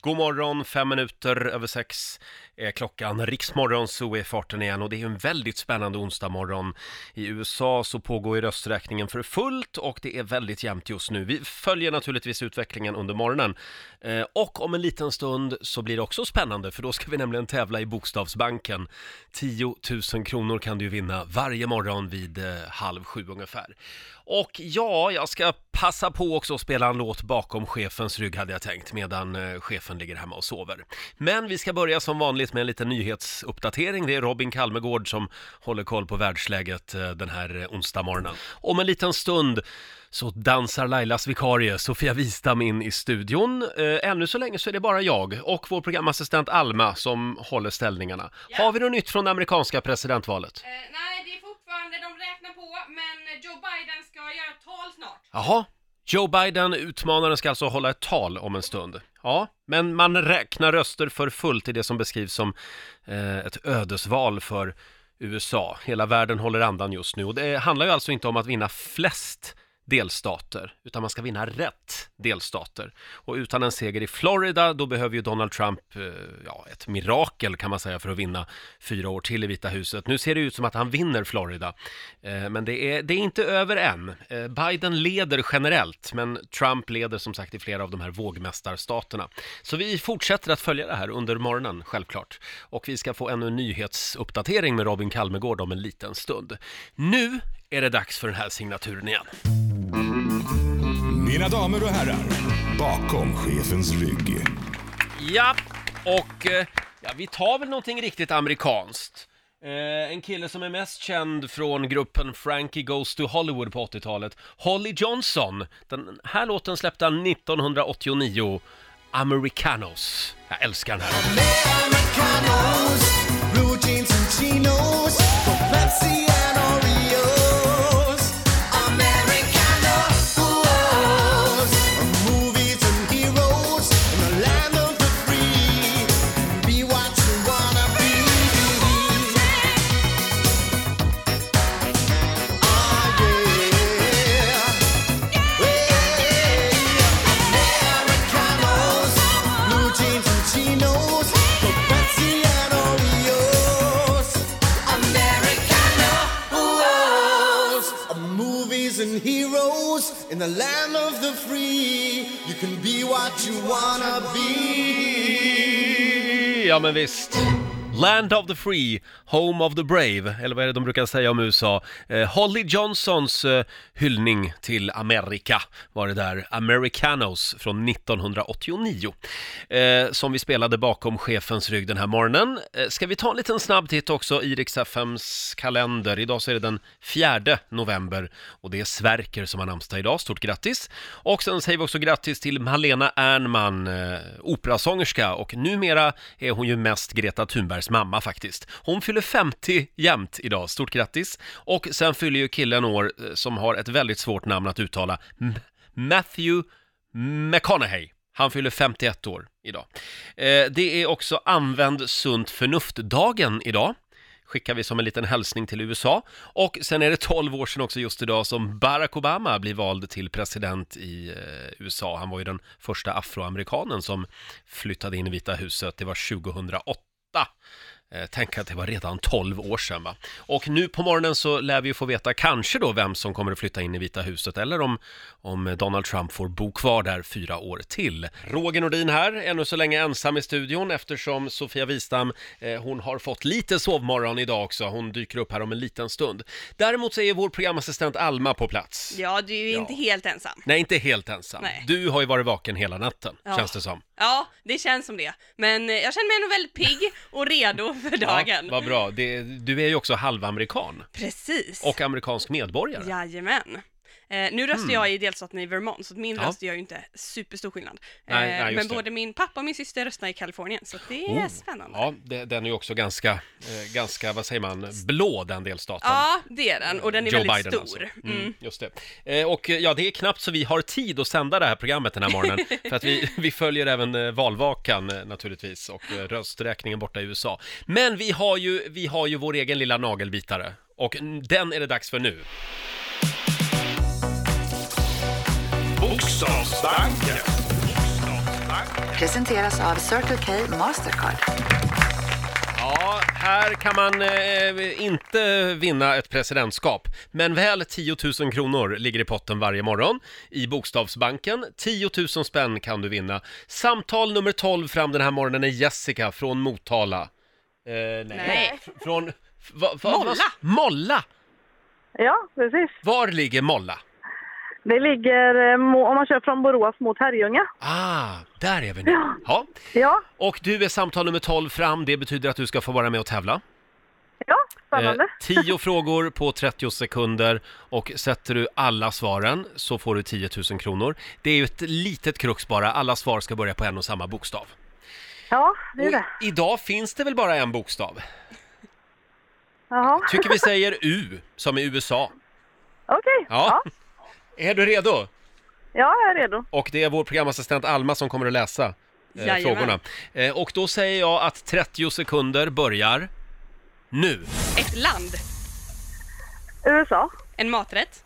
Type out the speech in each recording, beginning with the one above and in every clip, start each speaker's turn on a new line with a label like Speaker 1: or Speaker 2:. Speaker 1: God morgon, fem minuter över sex är klockan. Riksmorgon så är farten igen och det är ju en väldigt spännande onsdag morgon. I USA så pågår ju rösträkningen för fullt och det är väldigt jämnt just nu. Vi följer naturligtvis utvecklingen under morgonen. Eh, Och om en liten stund så blir det också spännande för då ska vi nämligen tävla i Bokstavsbanken. 10 000 kronor kan du ju vinna varje morgon vid eh, halv sju ungefär. Och ja, jag ska passa på också att spela en låt bakom chefens rygg hade jag tänkt medan eh, chefen ligger hemma och sover. Men vi ska börja som vanligt med en liten nyhetsuppdatering. Det är Robin Kalmegård som håller koll på världsläget eh, den här eh, onsdagmorgonen. Om en liten stund så dansar Lailas vikarie Sofia Wistam in i studion. Eh, Ännu så länge så är det bara jag och vår programassistent Alma som håller ställningarna. Har vi något nytt från det amerikanska presidentvalet?
Speaker 2: Eh, nej, det är fortfarande, de räknar på, men Joe Biden ska göra ett tal snart.
Speaker 1: Jaha, Joe Biden, utmanaren, ska alltså hålla ett tal om en stund. Ja, men man räknar röster för fullt i det som beskrivs som eh, ett ödesval för USA. Hela världen håller andan just nu och det handlar ju alltså inte om att vinna flest delstater, utan man ska vinna rätt delstater. Och utan en seger i Florida, då behöver ju Donald Trump, eh, ja, ett mirakel kan man säga för att vinna fyra år till i Vita huset. Nu ser det ut som att han vinner Florida, eh, men det är, det är inte över än. Eh, Biden leder generellt, men Trump leder som sagt i flera av de här vågmästarstaterna. Så vi fortsätter att följa det här under morgonen, självklart. Och vi ska få ännu en nyhetsuppdatering med Robin Kalmegård om en liten stund. Nu är det dags för den här signaturen igen.
Speaker 3: Mina damer och herrar, bakom chefens rygg.
Speaker 1: Ja, och eh, ja, vi tar väl någonting riktigt amerikanskt. Eh, en kille som är mest känd från gruppen Frankie Goes to Hollywood på 80-talet, Holly Johnson. Den här låten släppte han 1989, Americanos. Jag älskar den här.
Speaker 4: Americanos, blue jeans and chinos, for Pepsi and Oreos. Americanos, movies and heroes in the land of the free. Be what you wanna be. Oh yeah, yeah. Americanos, blue jeans and chinos, for Pepsi and Oreos. Americanos, movies and heroes in the land of the free. You can be what you wanna be.
Speaker 1: Ja, men visst. Land of the free, home of the brave, eller vad är det de brukar säga om USA? Eh, Holly Johnsons eh, hyllning till Amerika var det där, Americanos från 1989, eh, som vi spelade bakom chefens rygg den här morgonen. Eh, ska vi ta en liten snabb titt också i Rix FMs kalender? Idag så är det den 4 november och det är Sverker som har namnsdag idag, stort grattis! Och sen säger vi också grattis till Malena Ernman, eh, operasångerska och numera är hon ju mest Greta Thunbergs mamma faktiskt. Hon fyller 50 jämt idag, stort grattis! Och sen fyller ju killen år eh, som har ett väldigt svårt namn att uttala, M- Matthew McConaughey. Han fyller 51 år idag. Eh, det är också använd sunt förnuft-dagen idag skickar vi som en liten hälsning till USA. Och sen är det 12 år sedan också just idag som Barack Obama blir vald till president i eh, USA. Han var ju den första afroamerikanen som flyttade in i Vita huset. Det var 2008. Eh, Tänk att det var redan 12 år sedan va? Och nu på morgonen så lär vi ju få veta kanske då vem som kommer att flytta in i Vita huset eller om, om Donald Trump får bo kvar där fyra år till. Roger Nordin här, ännu så länge ensam i studion eftersom Sofia Wistam, eh, hon har fått lite sovmorgon idag också. Hon dyker upp här om en liten stund. Däremot så är vår programassistent Alma på plats.
Speaker 2: Ja, du är ju inte helt ensam.
Speaker 1: Nej, inte helt ensam.
Speaker 2: Nej.
Speaker 1: Du har ju varit vaken hela natten,
Speaker 2: Ja.
Speaker 1: känns det som.
Speaker 2: Ja, det känns som det. Men eh, jag känner mig ändå väldigt pigg och redo för dagen.
Speaker 1: Ja, vad bra. Det, du är ju också halvamerikan
Speaker 2: Precis.
Speaker 1: och amerikansk medborgare.
Speaker 2: Jajamän. Eh, nu röstar jag i delstaten i Vermont, så att min
Speaker 1: Ja.
Speaker 2: röst gör ju inte superstor skillnad. Eh,
Speaker 1: Nej, nej, just
Speaker 2: men
Speaker 1: det. Oh.
Speaker 2: både min pappa och min syster röstar i Kalifornien, så att det är spännande.
Speaker 1: Ja, det, den är ju också ganska, eh, ganska, vad säger man, blå den delstaten.
Speaker 2: Ja, det är den, och den är
Speaker 1: Joe
Speaker 2: väldigt
Speaker 1: Biden
Speaker 2: stor.
Speaker 1: alltså.
Speaker 2: Mm.
Speaker 1: Mm, just det. Eh, och eh, ja, det är knappt så vi har tid att sända det här programmet den här morgonen. för att vi, vi följer även eh, valvakan eh, naturligtvis och eh, rösträkningen borta i USA. Men vi har ju, vi har ju vår egen lilla nagelbitare. Och mm, den är det dags för nu.
Speaker 3: Bokstavsbanken.
Speaker 5: presenteras av Circle K Mastercard.
Speaker 1: Ja, här kan man eh, inte vinna ett presidentskap, men väl 10 000 kronor ligger i potten varje morgon i Bokstavsbanken. 10 000 spänn kan du vinna. Samtal nummer 12 fram den här morgonen är Jessica från Motala. Eh, nej.
Speaker 2: Nej.
Speaker 1: F- Från... Va, va, Molla! Molla!
Speaker 6: Ja, precis.
Speaker 1: Var ligger Molla?
Speaker 6: Det ligger, eh, mo- om man kör från Borås mot Herrljunga.
Speaker 1: Ah, där är vi nu. Ja.
Speaker 6: Ja,
Speaker 1: Och du är samtal nummer 12 fram, det betyder att du ska få vara med och tävla.
Speaker 6: ja, spännande.
Speaker 1: Eh, 10 frågor på 30 sekunder och sätter du alla svaren så får du 10 000 kronor. Det är ju ett litet krux bara, alla svar ska börja på en och samma bokstav.
Speaker 6: Ja, det är
Speaker 1: Och
Speaker 6: det.
Speaker 1: idag finns det väl bara en bokstav?
Speaker 6: Jaha,
Speaker 1: Tycker vi säger U, som i USA.
Speaker 6: okej.
Speaker 1: Ja.
Speaker 6: Ja.
Speaker 1: Är du redo?
Speaker 6: ja, jag är redo.
Speaker 1: Och det är vår programassistent Alma som kommer att läsa eh,
Speaker 2: Jajamän.
Speaker 1: frågorna. Eh, och då säger jag att 30 sekunder börjar nu.
Speaker 2: Ett land.
Speaker 6: USA.
Speaker 2: En maträtt.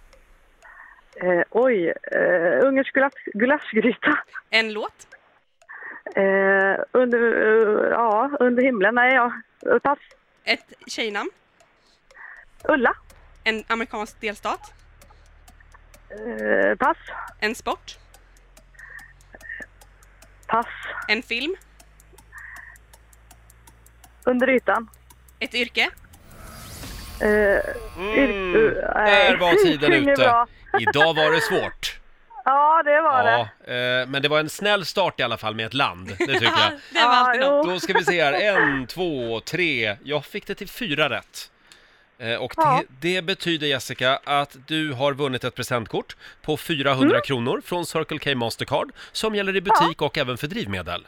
Speaker 6: Eh, oj, eh, ungersk gulasch, gulaschgryta.
Speaker 2: En låt.
Speaker 6: Eh, under, eh, ja, under himlen. Nej, ja. Pass.
Speaker 2: Ett tjejnamn.
Speaker 6: Ulla.
Speaker 2: En amerikansk delstat.
Speaker 6: Eh, pass.
Speaker 2: En sport.
Speaker 6: Pass.
Speaker 2: En film.
Speaker 6: Under ytan.
Speaker 2: Ett yrke.
Speaker 6: Eh,
Speaker 1: Mm,
Speaker 6: uh,
Speaker 1: där var tiden
Speaker 6: Inget
Speaker 1: ute.
Speaker 6: bra.
Speaker 1: Idag var det svårt.
Speaker 6: Ja, det var det.
Speaker 1: Ja, eh, men det var en snäll start i alla fall med ett land, det tycker jag.
Speaker 2: det var
Speaker 6: Ja,
Speaker 2: alltid något.
Speaker 6: jo.
Speaker 1: Då ska vi se här, en, två, tre. Jag fick det till fyra rätt. Eh, Och det,
Speaker 6: Ja.
Speaker 1: det betyder Jessica att du har vunnit ett presentkort på 400
Speaker 6: Mm.
Speaker 1: kronor från Circle K Mastercard som gäller i butik och även för drivmedel.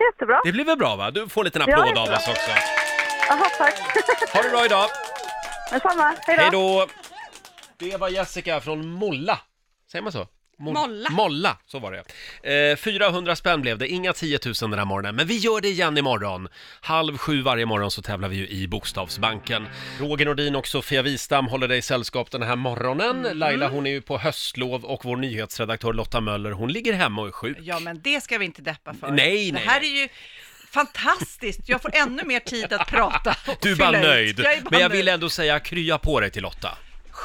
Speaker 6: Jättebra.
Speaker 1: Det blir väl bra va? Du får en liten
Speaker 6: Ja,
Speaker 1: applåd av
Speaker 6: jättebra.
Speaker 1: oss också.
Speaker 6: Jaha, tack.
Speaker 1: Ha det bra idag!
Speaker 6: Detsamma. Hej då.
Speaker 1: Hej då! Det var Jessica från Molla. Säger man så? Mo-
Speaker 2: Molla.
Speaker 1: Molla, så var det. Eh, 400 spänn blev det, inga 10 000 den här morgonen. Men vi gör det igen imorgon. Halv sju varje morgon så tävlar vi ju i Bokstavsbanken. Roger Nordin och Sofia Wistam håller dig sällskap den här morgonen.
Speaker 7: Mm.
Speaker 1: Laila hon är ju på höstlov och vår nyhetsredaktör Lotta Möller hon ligger hemma och är sjuk.
Speaker 7: Ja, men det ska vi inte deppa för.
Speaker 1: Nej, nej,
Speaker 7: Det här är ju fantastiskt. Jag får ännu mer tid att prata. och
Speaker 1: Du är bara
Speaker 7: fylla ut.
Speaker 1: nöjd.
Speaker 7: Jag är bara
Speaker 1: Men jag
Speaker 7: nöjd.
Speaker 1: vill ändå säga krya på dig till Lotta.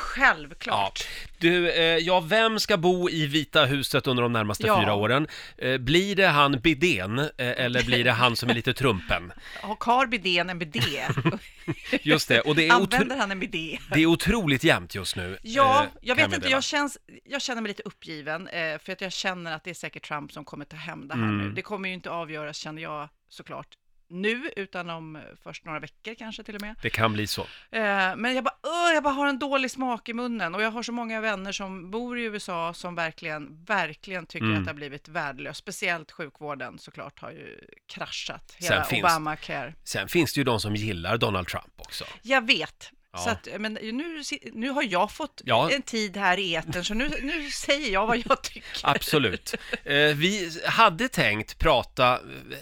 Speaker 1: Ja.
Speaker 7: Självklart.
Speaker 1: Du, eh, ja, vem ska bo i Vita huset under de närmaste
Speaker 7: Ja.
Speaker 1: fyra åren? Eh, blir det han Bidén eh, eller blir det han som är lite trumpen?
Speaker 7: Har Carl Bidén en bidé?
Speaker 1: Just det, och det är,
Speaker 7: Använder
Speaker 1: otro-
Speaker 7: han en bidé?
Speaker 1: det är otroligt jämnt just nu.
Speaker 7: Ja,
Speaker 1: eh,
Speaker 7: jag
Speaker 1: kan
Speaker 7: vet inte,
Speaker 1: meddela.
Speaker 7: jag, känns, jag känner mig lite uppgiven, eh, för att jag känner att det är säkert Trump som kommer ta hem det här
Speaker 1: Mm.
Speaker 7: nu. Det kommer ju inte avgöras, känner jag såklart, nu, utan om eh, först några veckor kanske till och med.
Speaker 1: Det kan bli så.
Speaker 7: Eh, Men jag bara, "Åh, jag bara har en dålig smak i munnen och jag har så många vänner som bor i USA som verkligen, verkligen tycker
Speaker 1: Mm.
Speaker 7: att det har blivit värdelöst. Speciellt sjukvården såklart har ju kraschat, hela
Speaker 1: Sen finns-
Speaker 7: Obamacare.
Speaker 1: Sen finns det ju de som gillar Donald Trump också.
Speaker 7: Jag vet.
Speaker 1: Ja.
Speaker 7: Så att, men nu, si- nu har jag fått
Speaker 1: Ja.
Speaker 7: en tid här i etern, så nu, nu säger jag vad jag tycker.
Speaker 1: Absolut. Eh, vi hade tänkt prata,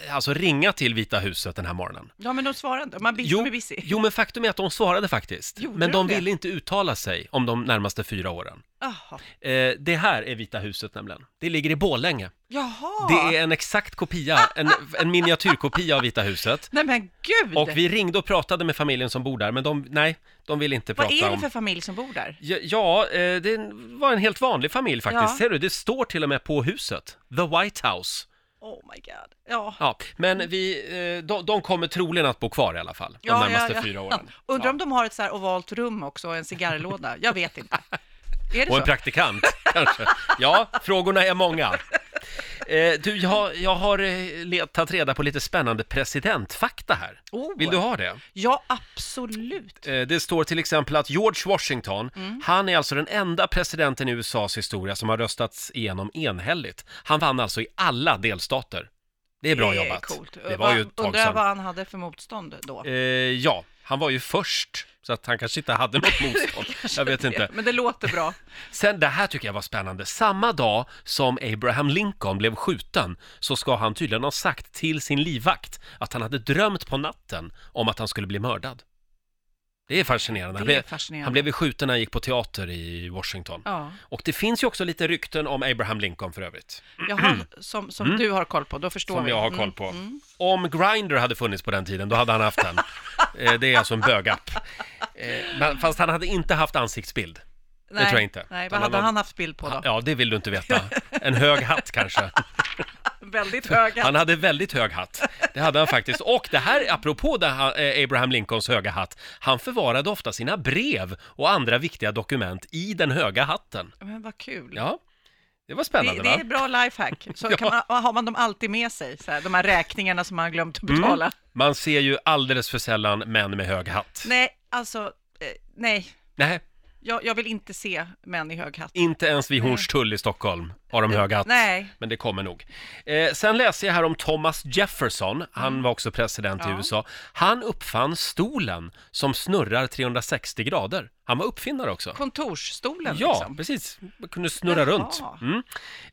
Speaker 1: eh, alltså ringa till Vita huset den här morgonen.
Speaker 7: Ja, men de svarar inte. Man blir som är busy.
Speaker 1: jo, men faktum är att de svarade faktiskt.
Speaker 7: Gjorde
Speaker 1: men de
Speaker 7: de det?
Speaker 1: ville inte uttala sig om de närmaste fyra åren.
Speaker 7: Jaha.
Speaker 1: Eh, det här är Vita huset nämligen. Det ligger i Borlänge.
Speaker 7: Jaha.
Speaker 1: Det är en exakt kopia, en, en miniatyrkopia av Vita huset.
Speaker 7: Nej men gud!
Speaker 1: Och vi ringde och pratade med familjen som bor där, men de, nej, de vill inte
Speaker 7: vad
Speaker 1: prata
Speaker 7: är det
Speaker 1: om...
Speaker 7: för familj som bor där?
Speaker 1: Ja, ja, eh, det var en helt vanlig familj faktiskt.
Speaker 7: Ja.
Speaker 1: Ser du, det står till och med på huset. The White House.
Speaker 7: Oh my god. Ja.
Speaker 1: Ja, men vi, eh, de, de kommer troligen att bo kvar i alla fall, de närmaste fyra åren.
Speaker 7: Undrar om de har ett så här ovalt rum också och en cigarrlåda. Jag vet inte. Är det
Speaker 1: Och en
Speaker 7: så?
Speaker 1: praktikant, kanske. Ja, frågorna är många. Eh, du, jag, jag har eh, letat reda på lite spännande presidentfakta här.
Speaker 7: Oh.
Speaker 1: Vill du ha det?
Speaker 7: Ja, absolut.
Speaker 1: Eh, Det står till exempel att George Washington,
Speaker 7: Mm.
Speaker 1: han är alltså den enda presidenten i USAs historia som har röstats igenom enhälligt. Han vann alltså i alla delstater. Det är bra
Speaker 7: Det
Speaker 1: jobbat.
Speaker 7: Coolt.
Speaker 1: Det var ju ett tag
Speaker 7: Undrar vad
Speaker 1: sedan.
Speaker 7: han hade för motstånd då.
Speaker 1: Eh, ja, han var ju först, så att han kanske inte hade något motstånd. Jag vet inte.
Speaker 7: Men det låter bra.
Speaker 1: Sen, det här tycker jag var spännande. Samma dag som Abraham Lincoln blev skjuten så ska han tydligen ha sagt till sin livvakt att han hade drömt på natten om att han skulle bli mördad. Det är fascinerande. Han
Speaker 7: Det är
Speaker 1: blev,
Speaker 7: fascinerande.
Speaker 1: han blev ju skjuten när han gick på teater i Washington.
Speaker 7: Ja.
Speaker 1: Och det finns ju också lite rykten om Abraham Lincoln för övrigt,
Speaker 7: Jaha, som, som du har koll på, då förstår
Speaker 1: Mm.
Speaker 7: Mm.
Speaker 1: som
Speaker 7: vi.
Speaker 1: jag har koll på. Om Grindr hade funnits på den tiden, då hade han haft den. Eh, det är alltså en bögapp. Eh, men- Fast han hade inte haft ansiktsbild.
Speaker 7: Nej,
Speaker 1: tror jag inte.
Speaker 7: Nej,
Speaker 1: Utan
Speaker 7: vad hade
Speaker 1: han-
Speaker 7: han haft bild på då?
Speaker 1: Ja, det vill du inte veta. En hög hatt kanske.
Speaker 7: Väldigt höga.
Speaker 1: Han hade väldigt hög hatt. Det hade han faktiskt. Och det här, apropå det här, eh, Abraham Lincolns höga hatt, han förvarade ofta sina brev och andra viktiga dokument i den höga hatten.
Speaker 7: Men vad kul.
Speaker 1: Ja, det var
Speaker 7: det,
Speaker 1: spännande
Speaker 7: det är
Speaker 1: va?
Speaker 7: bra lifehack. Så
Speaker 1: Ja.
Speaker 7: kan man, har man dem alltid med sig, så här, de här räkningarna som man har glömt att
Speaker 1: Mm.
Speaker 7: betala.
Speaker 1: Man ser ju alldeles för sällan män med hög hatt.
Speaker 7: Nej, alltså, eh, nej.
Speaker 1: Nej,
Speaker 7: Jag, jag vill inte se män i hög hatt.
Speaker 1: inte ens vid Hornstull i Stockholm har de hög hatt.
Speaker 7: Nej.
Speaker 1: Men det kommer nog. Eh, sen läser jag här om Thomas Jefferson, han var också president i
Speaker 7: Mm. Ja.
Speaker 1: USA. Han uppfann stolen som snurrar 360 grader. Han var uppfinnare också.
Speaker 7: Kontorsstolen
Speaker 1: Ja,
Speaker 7: liksom.
Speaker 1: precis. Man kunde snurra
Speaker 7: Jaha.
Speaker 1: runt. Mm.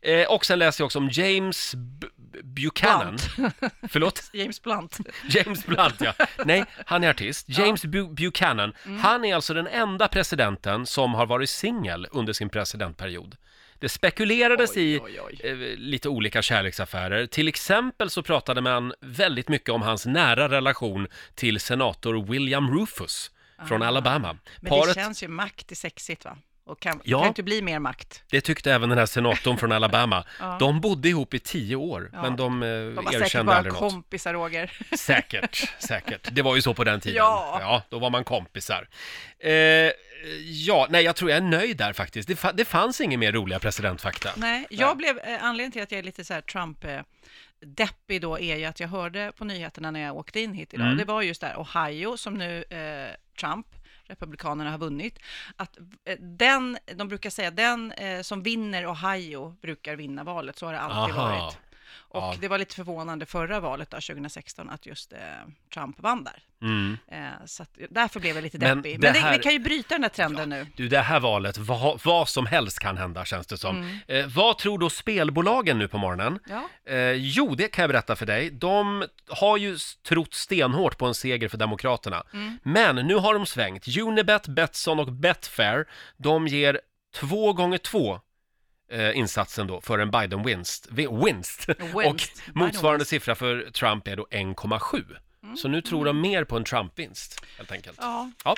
Speaker 1: Eh, och sen läser jag också om James B- B- Buchanan. Förlåt?
Speaker 7: James Blunt.
Speaker 1: James Blunt, ja. Nej, han är artist. James Bu- Buchanan.
Speaker 7: Mm.
Speaker 1: Han är alltså den enda presidenten som har varit singel under sin presidentperiod. Det spekulerades i
Speaker 7: oj, oj.
Speaker 1: Eh, lite olika kärleksaffärer. Till exempel så pratade man väldigt mycket om hans nära relation till senator William Rufus från Alabama.
Speaker 7: Ah. Men
Speaker 1: Paret-
Speaker 7: det känns ju, makt är sexigt va? Och kan,
Speaker 1: Ja.
Speaker 7: kan ju inte bli mer makt.
Speaker 1: Det tyckte även den här senatorn från Alabama. De bodde ihop i tio år, men de, eh,
Speaker 7: De var säkert
Speaker 1: erkände
Speaker 7: bara
Speaker 1: aldrig något.
Speaker 7: kompisar, Roger.
Speaker 1: Säkert, säkert. Det var ju så på den tiden.
Speaker 7: Ja.
Speaker 1: då var man kompisar. Eh, ja, nej, jag tror jag är nöjd där faktiskt. Det, fa- det fanns inga mer roliga presidentfakta.
Speaker 7: Nej, jag blev, eh, anledningen till att jag är lite så här Trump eh, deppig då är ju att jag hörde på nyheterna när jag åkte in hit idag,
Speaker 1: Mm.
Speaker 7: det var just där Ohio som nu eh, Trump, Republikanerna har vunnit, att eh, den, de brukar säga den eh, som vinner Ohio brukar vinna valet, så har det alltid
Speaker 1: Aha.
Speaker 7: varit. Och
Speaker 1: Ja.
Speaker 7: det var lite förvånande förra valet då, 2016 att just eh, Trump vann där.
Speaker 1: Mm.
Speaker 7: Eh, så att, därför blev jag lite
Speaker 1: Men
Speaker 7: deppig. Men,
Speaker 1: det
Speaker 7: det,
Speaker 1: här-
Speaker 7: vi kan ju bryta den här trenden nu.
Speaker 1: Du, det här valet, vad, vad som helst kan hända känns det som. Eh, vad tror då spelbolagen nu på morgonen?
Speaker 7: Mm. Ja.
Speaker 1: Eh, jo, det kan jag berätta för dig. De har ju s- trott stenhårt på en seger för Demokraterna. Men nu har de svängt. Unibet, Betsson och Betfair, de ger två gånger två eh, insatsen då för en Biden-winst. Vi- Winst! Och
Speaker 7: Biden-winst.
Speaker 1: motsvarande siffra för Trump är då 1,7. Så nu tror de mer på en Trump-vinst, helt enkelt.
Speaker 7: Mm. Ja.
Speaker 1: Ja,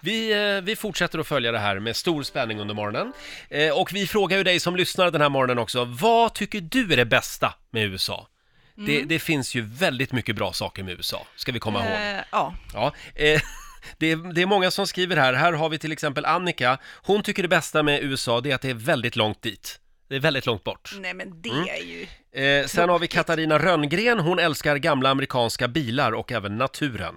Speaker 1: vi, eh, vi fortsätter att följa det här med stor spänning under morgonen. Eh, Och vi frågar ju dig som lyssnar den här morgonen också, vad tycker du är det bästa med USA? Det, det finns ju väldigt mycket bra saker med USA, ska vi komma ihåg.
Speaker 7: Mm. Eh, ja.
Speaker 1: Ja, eh, det, är, det är många som skriver här. Här har vi till exempel Annika. Hon tycker det bästa med USA det är att det är väldigt långt dit. Det är väldigt långt bort.
Speaker 7: Nej men det är ju...
Speaker 1: Eh, sen har vi Katarina Rönngren. Hon älskar gamla amerikanska bilar och även naturen.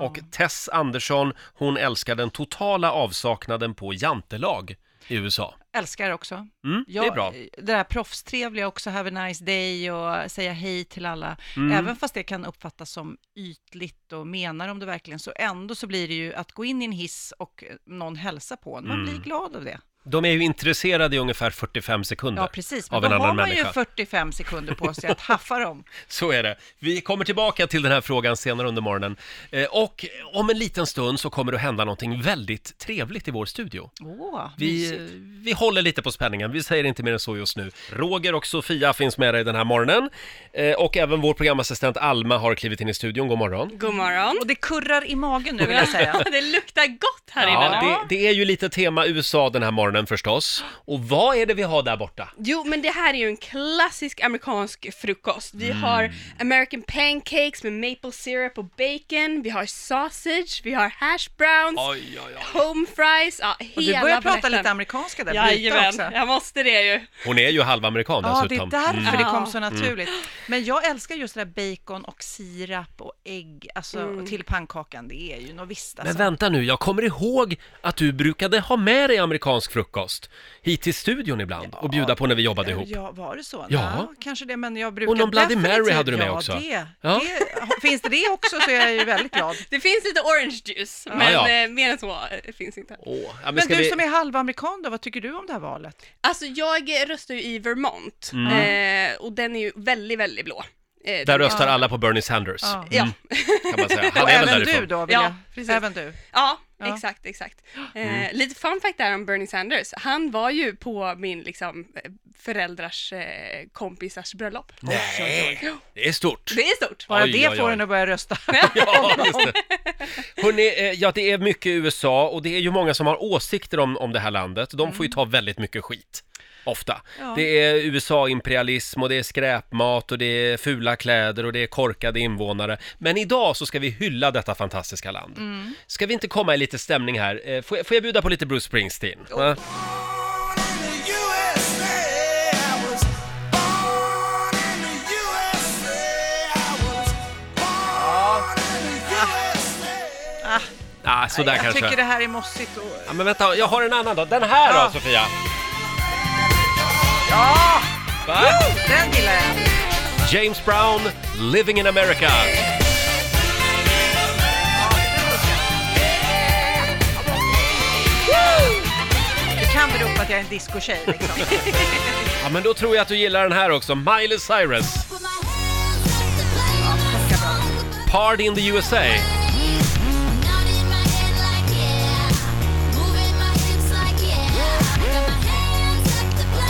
Speaker 1: Och Tess Andersson, hon älskar den totala avsaknaden på jantelag i USA. Mm,
Speaker 7: Älskar också.
Speaker 1: det är bra.
Speaker 7: Det där proffstrevliga också, have a nice day och säga hej till alla.
Speaker 1: Mm.
Speaker 7: Även fast det kan uppfattas som ytligt och menar om det verkligen, så ändå så blir det ju att gå in i en hiss och eh, någon hälsar på en. Man
Speaker 1: Mm.
Speaker 7: blir glad av det.
Speaker 1: De är ju intresserade i ungefär 45 sekunder
Speaker 7: Ja, precis. Men
Speaker 1: av
Speaker 7: då
Speaker 1: en
Speaker 7: har man
Speaker 1: annan
Speaker 7: ju
Speaker 1: människa.
Speaker 7: 45 sekunder på sig att haffa dem.
Speaker 1: Så är det. Vi kommer tillbaka till den här frågan senare under morgonen. Eh, och om en liten stund så kommer det att hända någonting väldigt trevligt i vår studio.
Speaker 7: Åh,
Speaker 1: Vi,
Speaker 7: mysigt.
Speaker 1: vi håller lite på spänningen, vi säger inte mer än så just nu. Roger och Sofia finns med dig den här morgonen. Eh, och även vår programassistent Alma har klivit in i studion. God morgon.
Speaker 8: God morgon.
Speaker 7: Och det kurrar i magen nu vill jag säga.
Speaker 8: Det luktar gott här inne.
Speaker 1: Ja, det, det är ju lite tema USA den här morgonen förstås. Och vad är det vi har där borta?
Speaker 8: Jo, men det här är ju en klassisk amerikansk frukost. Vi
Speaker 7: Mm.
Speaker 8: har American pancakes med maple syrup och bacon. Vi har sausage, vi har hash browns,
Speaker 1: Oj, oj, oj.
Speaker 8: home fries, ja
Speaker 7: Och
Speaker 8: hela
Speaker 7: du börjar prata
Speaker 8: baletten.
Speaker 7: lite amerikanska där, bryta
Speaker 8: Jajamän,
Speaker 7: också.
Speaker 8: jag måste det ju.
Speaker 1: Hon är ju halvamerikan
Speaker 7: Ja, det är
Speaker 1: dessutom. Mm.
Speaker 7: därför det kom
Speaker 8: Ja. Mm.
Speaker 7: så naturligt. Men jag älskar just det där bacon och sirap och ägg alltså,
Speaker 8: Mm.
Speaker 7: till pannkakan. Det är ju något visst
Speaker 1: Men
Speaker 7: alltså.
Speaker 1: vänta nu, jag kommer ihåg att du brukade ha med dig amerikansk frukost hit till studion ibland och bjuda på när vi jobbade ihop.
Speaker 7: Ja, var det så?
Speaker 1: Ja.
Speaker 7: Nja, kanske det, men jag brukar
Speaker 1: Och någon Bloody
Speaker 7: definitivt-
Speaker 1: Mary hade du med
Speaker 7: ja,
Speaker 1: också.
Speaker 7: Det,
Speaker 1: Ja.
Speaker 7: Det, finns det det också så är jag ju väldigt glad.
Speaker 8: Det finns lite orange juice, men
Speaker 1: ja.
Speaker 8: eh, mer än så eh, finns inte.
Speaker 1: Åh, ja, men
Speaker 7: Men
Speaker 1: ska
Speaker 7: du
Speaker 1: vi-
Speaker 7: som är halvamerikan då, vad tycker du om det här valet? Mm.
Speaker 8: Alltså jag röstar ju i Vermont eh, och den är ju väldigt, väldigt blå. eh,
Speaker 1: Där
Speaker 8: den-
Speaker 1: röstar alla på Bernie Sanders. Mm,
Speaker 7: Ja.
Speaker 8: Ja.
Speaker 1: Kan man säga. Han
Speaker 7: Och
Speaker 1: är väl
Speaker 7: även
Speaker 1: därifrån.
Speaker 7: du då, vill
Speaker 8: Ja,
Speaker 7: jag.
Speaker 8: precis.
Speaker 7: Även du.
Speaker 8: Ja,
Speaker 7: Ja.
Speaker 8: exakt, exakt.
Speaker 1: Mm.
Speaker 8: Eh, lite fun fact där om Bernie Sanders. Han var ju på min liksom, eh, föräldrars eh, kompisars bröllop.
Speaker 1: Nej, det är stort.
Speaker 8: Det är stort.
Speaker 7: Bara
Speaker 1: Oj,
Speaker 7: det
Speaker 1: oj,
Speaker 7: får
Speaker 1: oj.
Speaker 7: en att börja rösta.
Speaker 1: Ja, just det. Hörrni, eh, ja, det är mycket i USA och det är ju många som har åsikter om, om det här landet. De får ju ta väldigt mycket skit. Ofta.
Speaker 7: Ja.
Speaker 1: Det är USA-imperialism och det är skräpmat och det är fula kläder och det är korkade invånare. Men idag så ska vi hylla detta fantastiska land. Ska vi inte komma i lite stämning här? Eh, Får jag, får jag bjuda på lite Bruce Springsteen? Eh, Va? Ah, sådär
Speaker 7: jag
Speaker 1: kanske.
Speaker 7: tycker det här är mossigt. Och...
Speaker 1: Ja, men vänta, jag har en annan då. Den här
Speaker 7: Ja.
Speaker 1: då, Sofia?
Speaker 7: Ja,
Speaker 1: Va?
Speaker 7: den gillar jag.
Speaker 1: James Brown, Living in America.
Speaker 7: Det kan bero på att jag är en discotjej liksom.
Speaker 1: Ja, men då tror jag att du gillar den här också. Miley Cyrus, Party in the USA.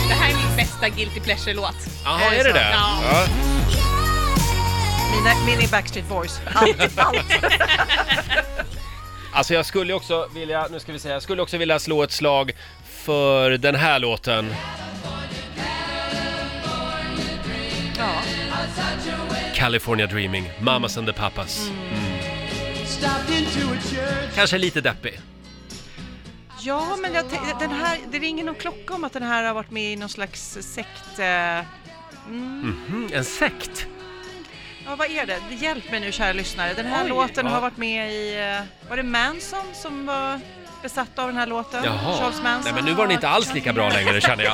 Speaker 8: Det här är min bästa Guilty Pleasure-låt.
Speaker 1: Jaha, är det
Speaker 7: så?
Speaker 1: det?
Speaker 8: Ja.
Speaker 7: Mina, min är Backstreet Boys. Allt, allt.
Speaker 1: Alltså jag skulle också vilja, nu ska vi se, jag skulle också vilja slå ett slag för den här låten.
Speaker 7: Ja.
Speaker 1: California Dreaming, Mamas and the Papas. Mm. Kanske lite deppig.
Speaker 7: Ja, men jag, tän- den här, det ringer någon klocka om att den här har varit med i någon slags sekt... Eh,
Speaker 1: Mhm, en sekt.
Speaker 7: ja, vad är det? Hjälp mig nu kära lyssnare. Den här
Speaker 1: Oj.
Speaker 7: låten
Speaker 1: Ja.
Speaker 7: har varit med i... Eh, var det Manson som var besatt av den här låten?
Speaker 1: Jaha.
Speaker 7: Charles
Speaker 1: Nej
Speaker 7: Manson?
Speaker 1: men nu var den inte alls lika bra längre känner jag.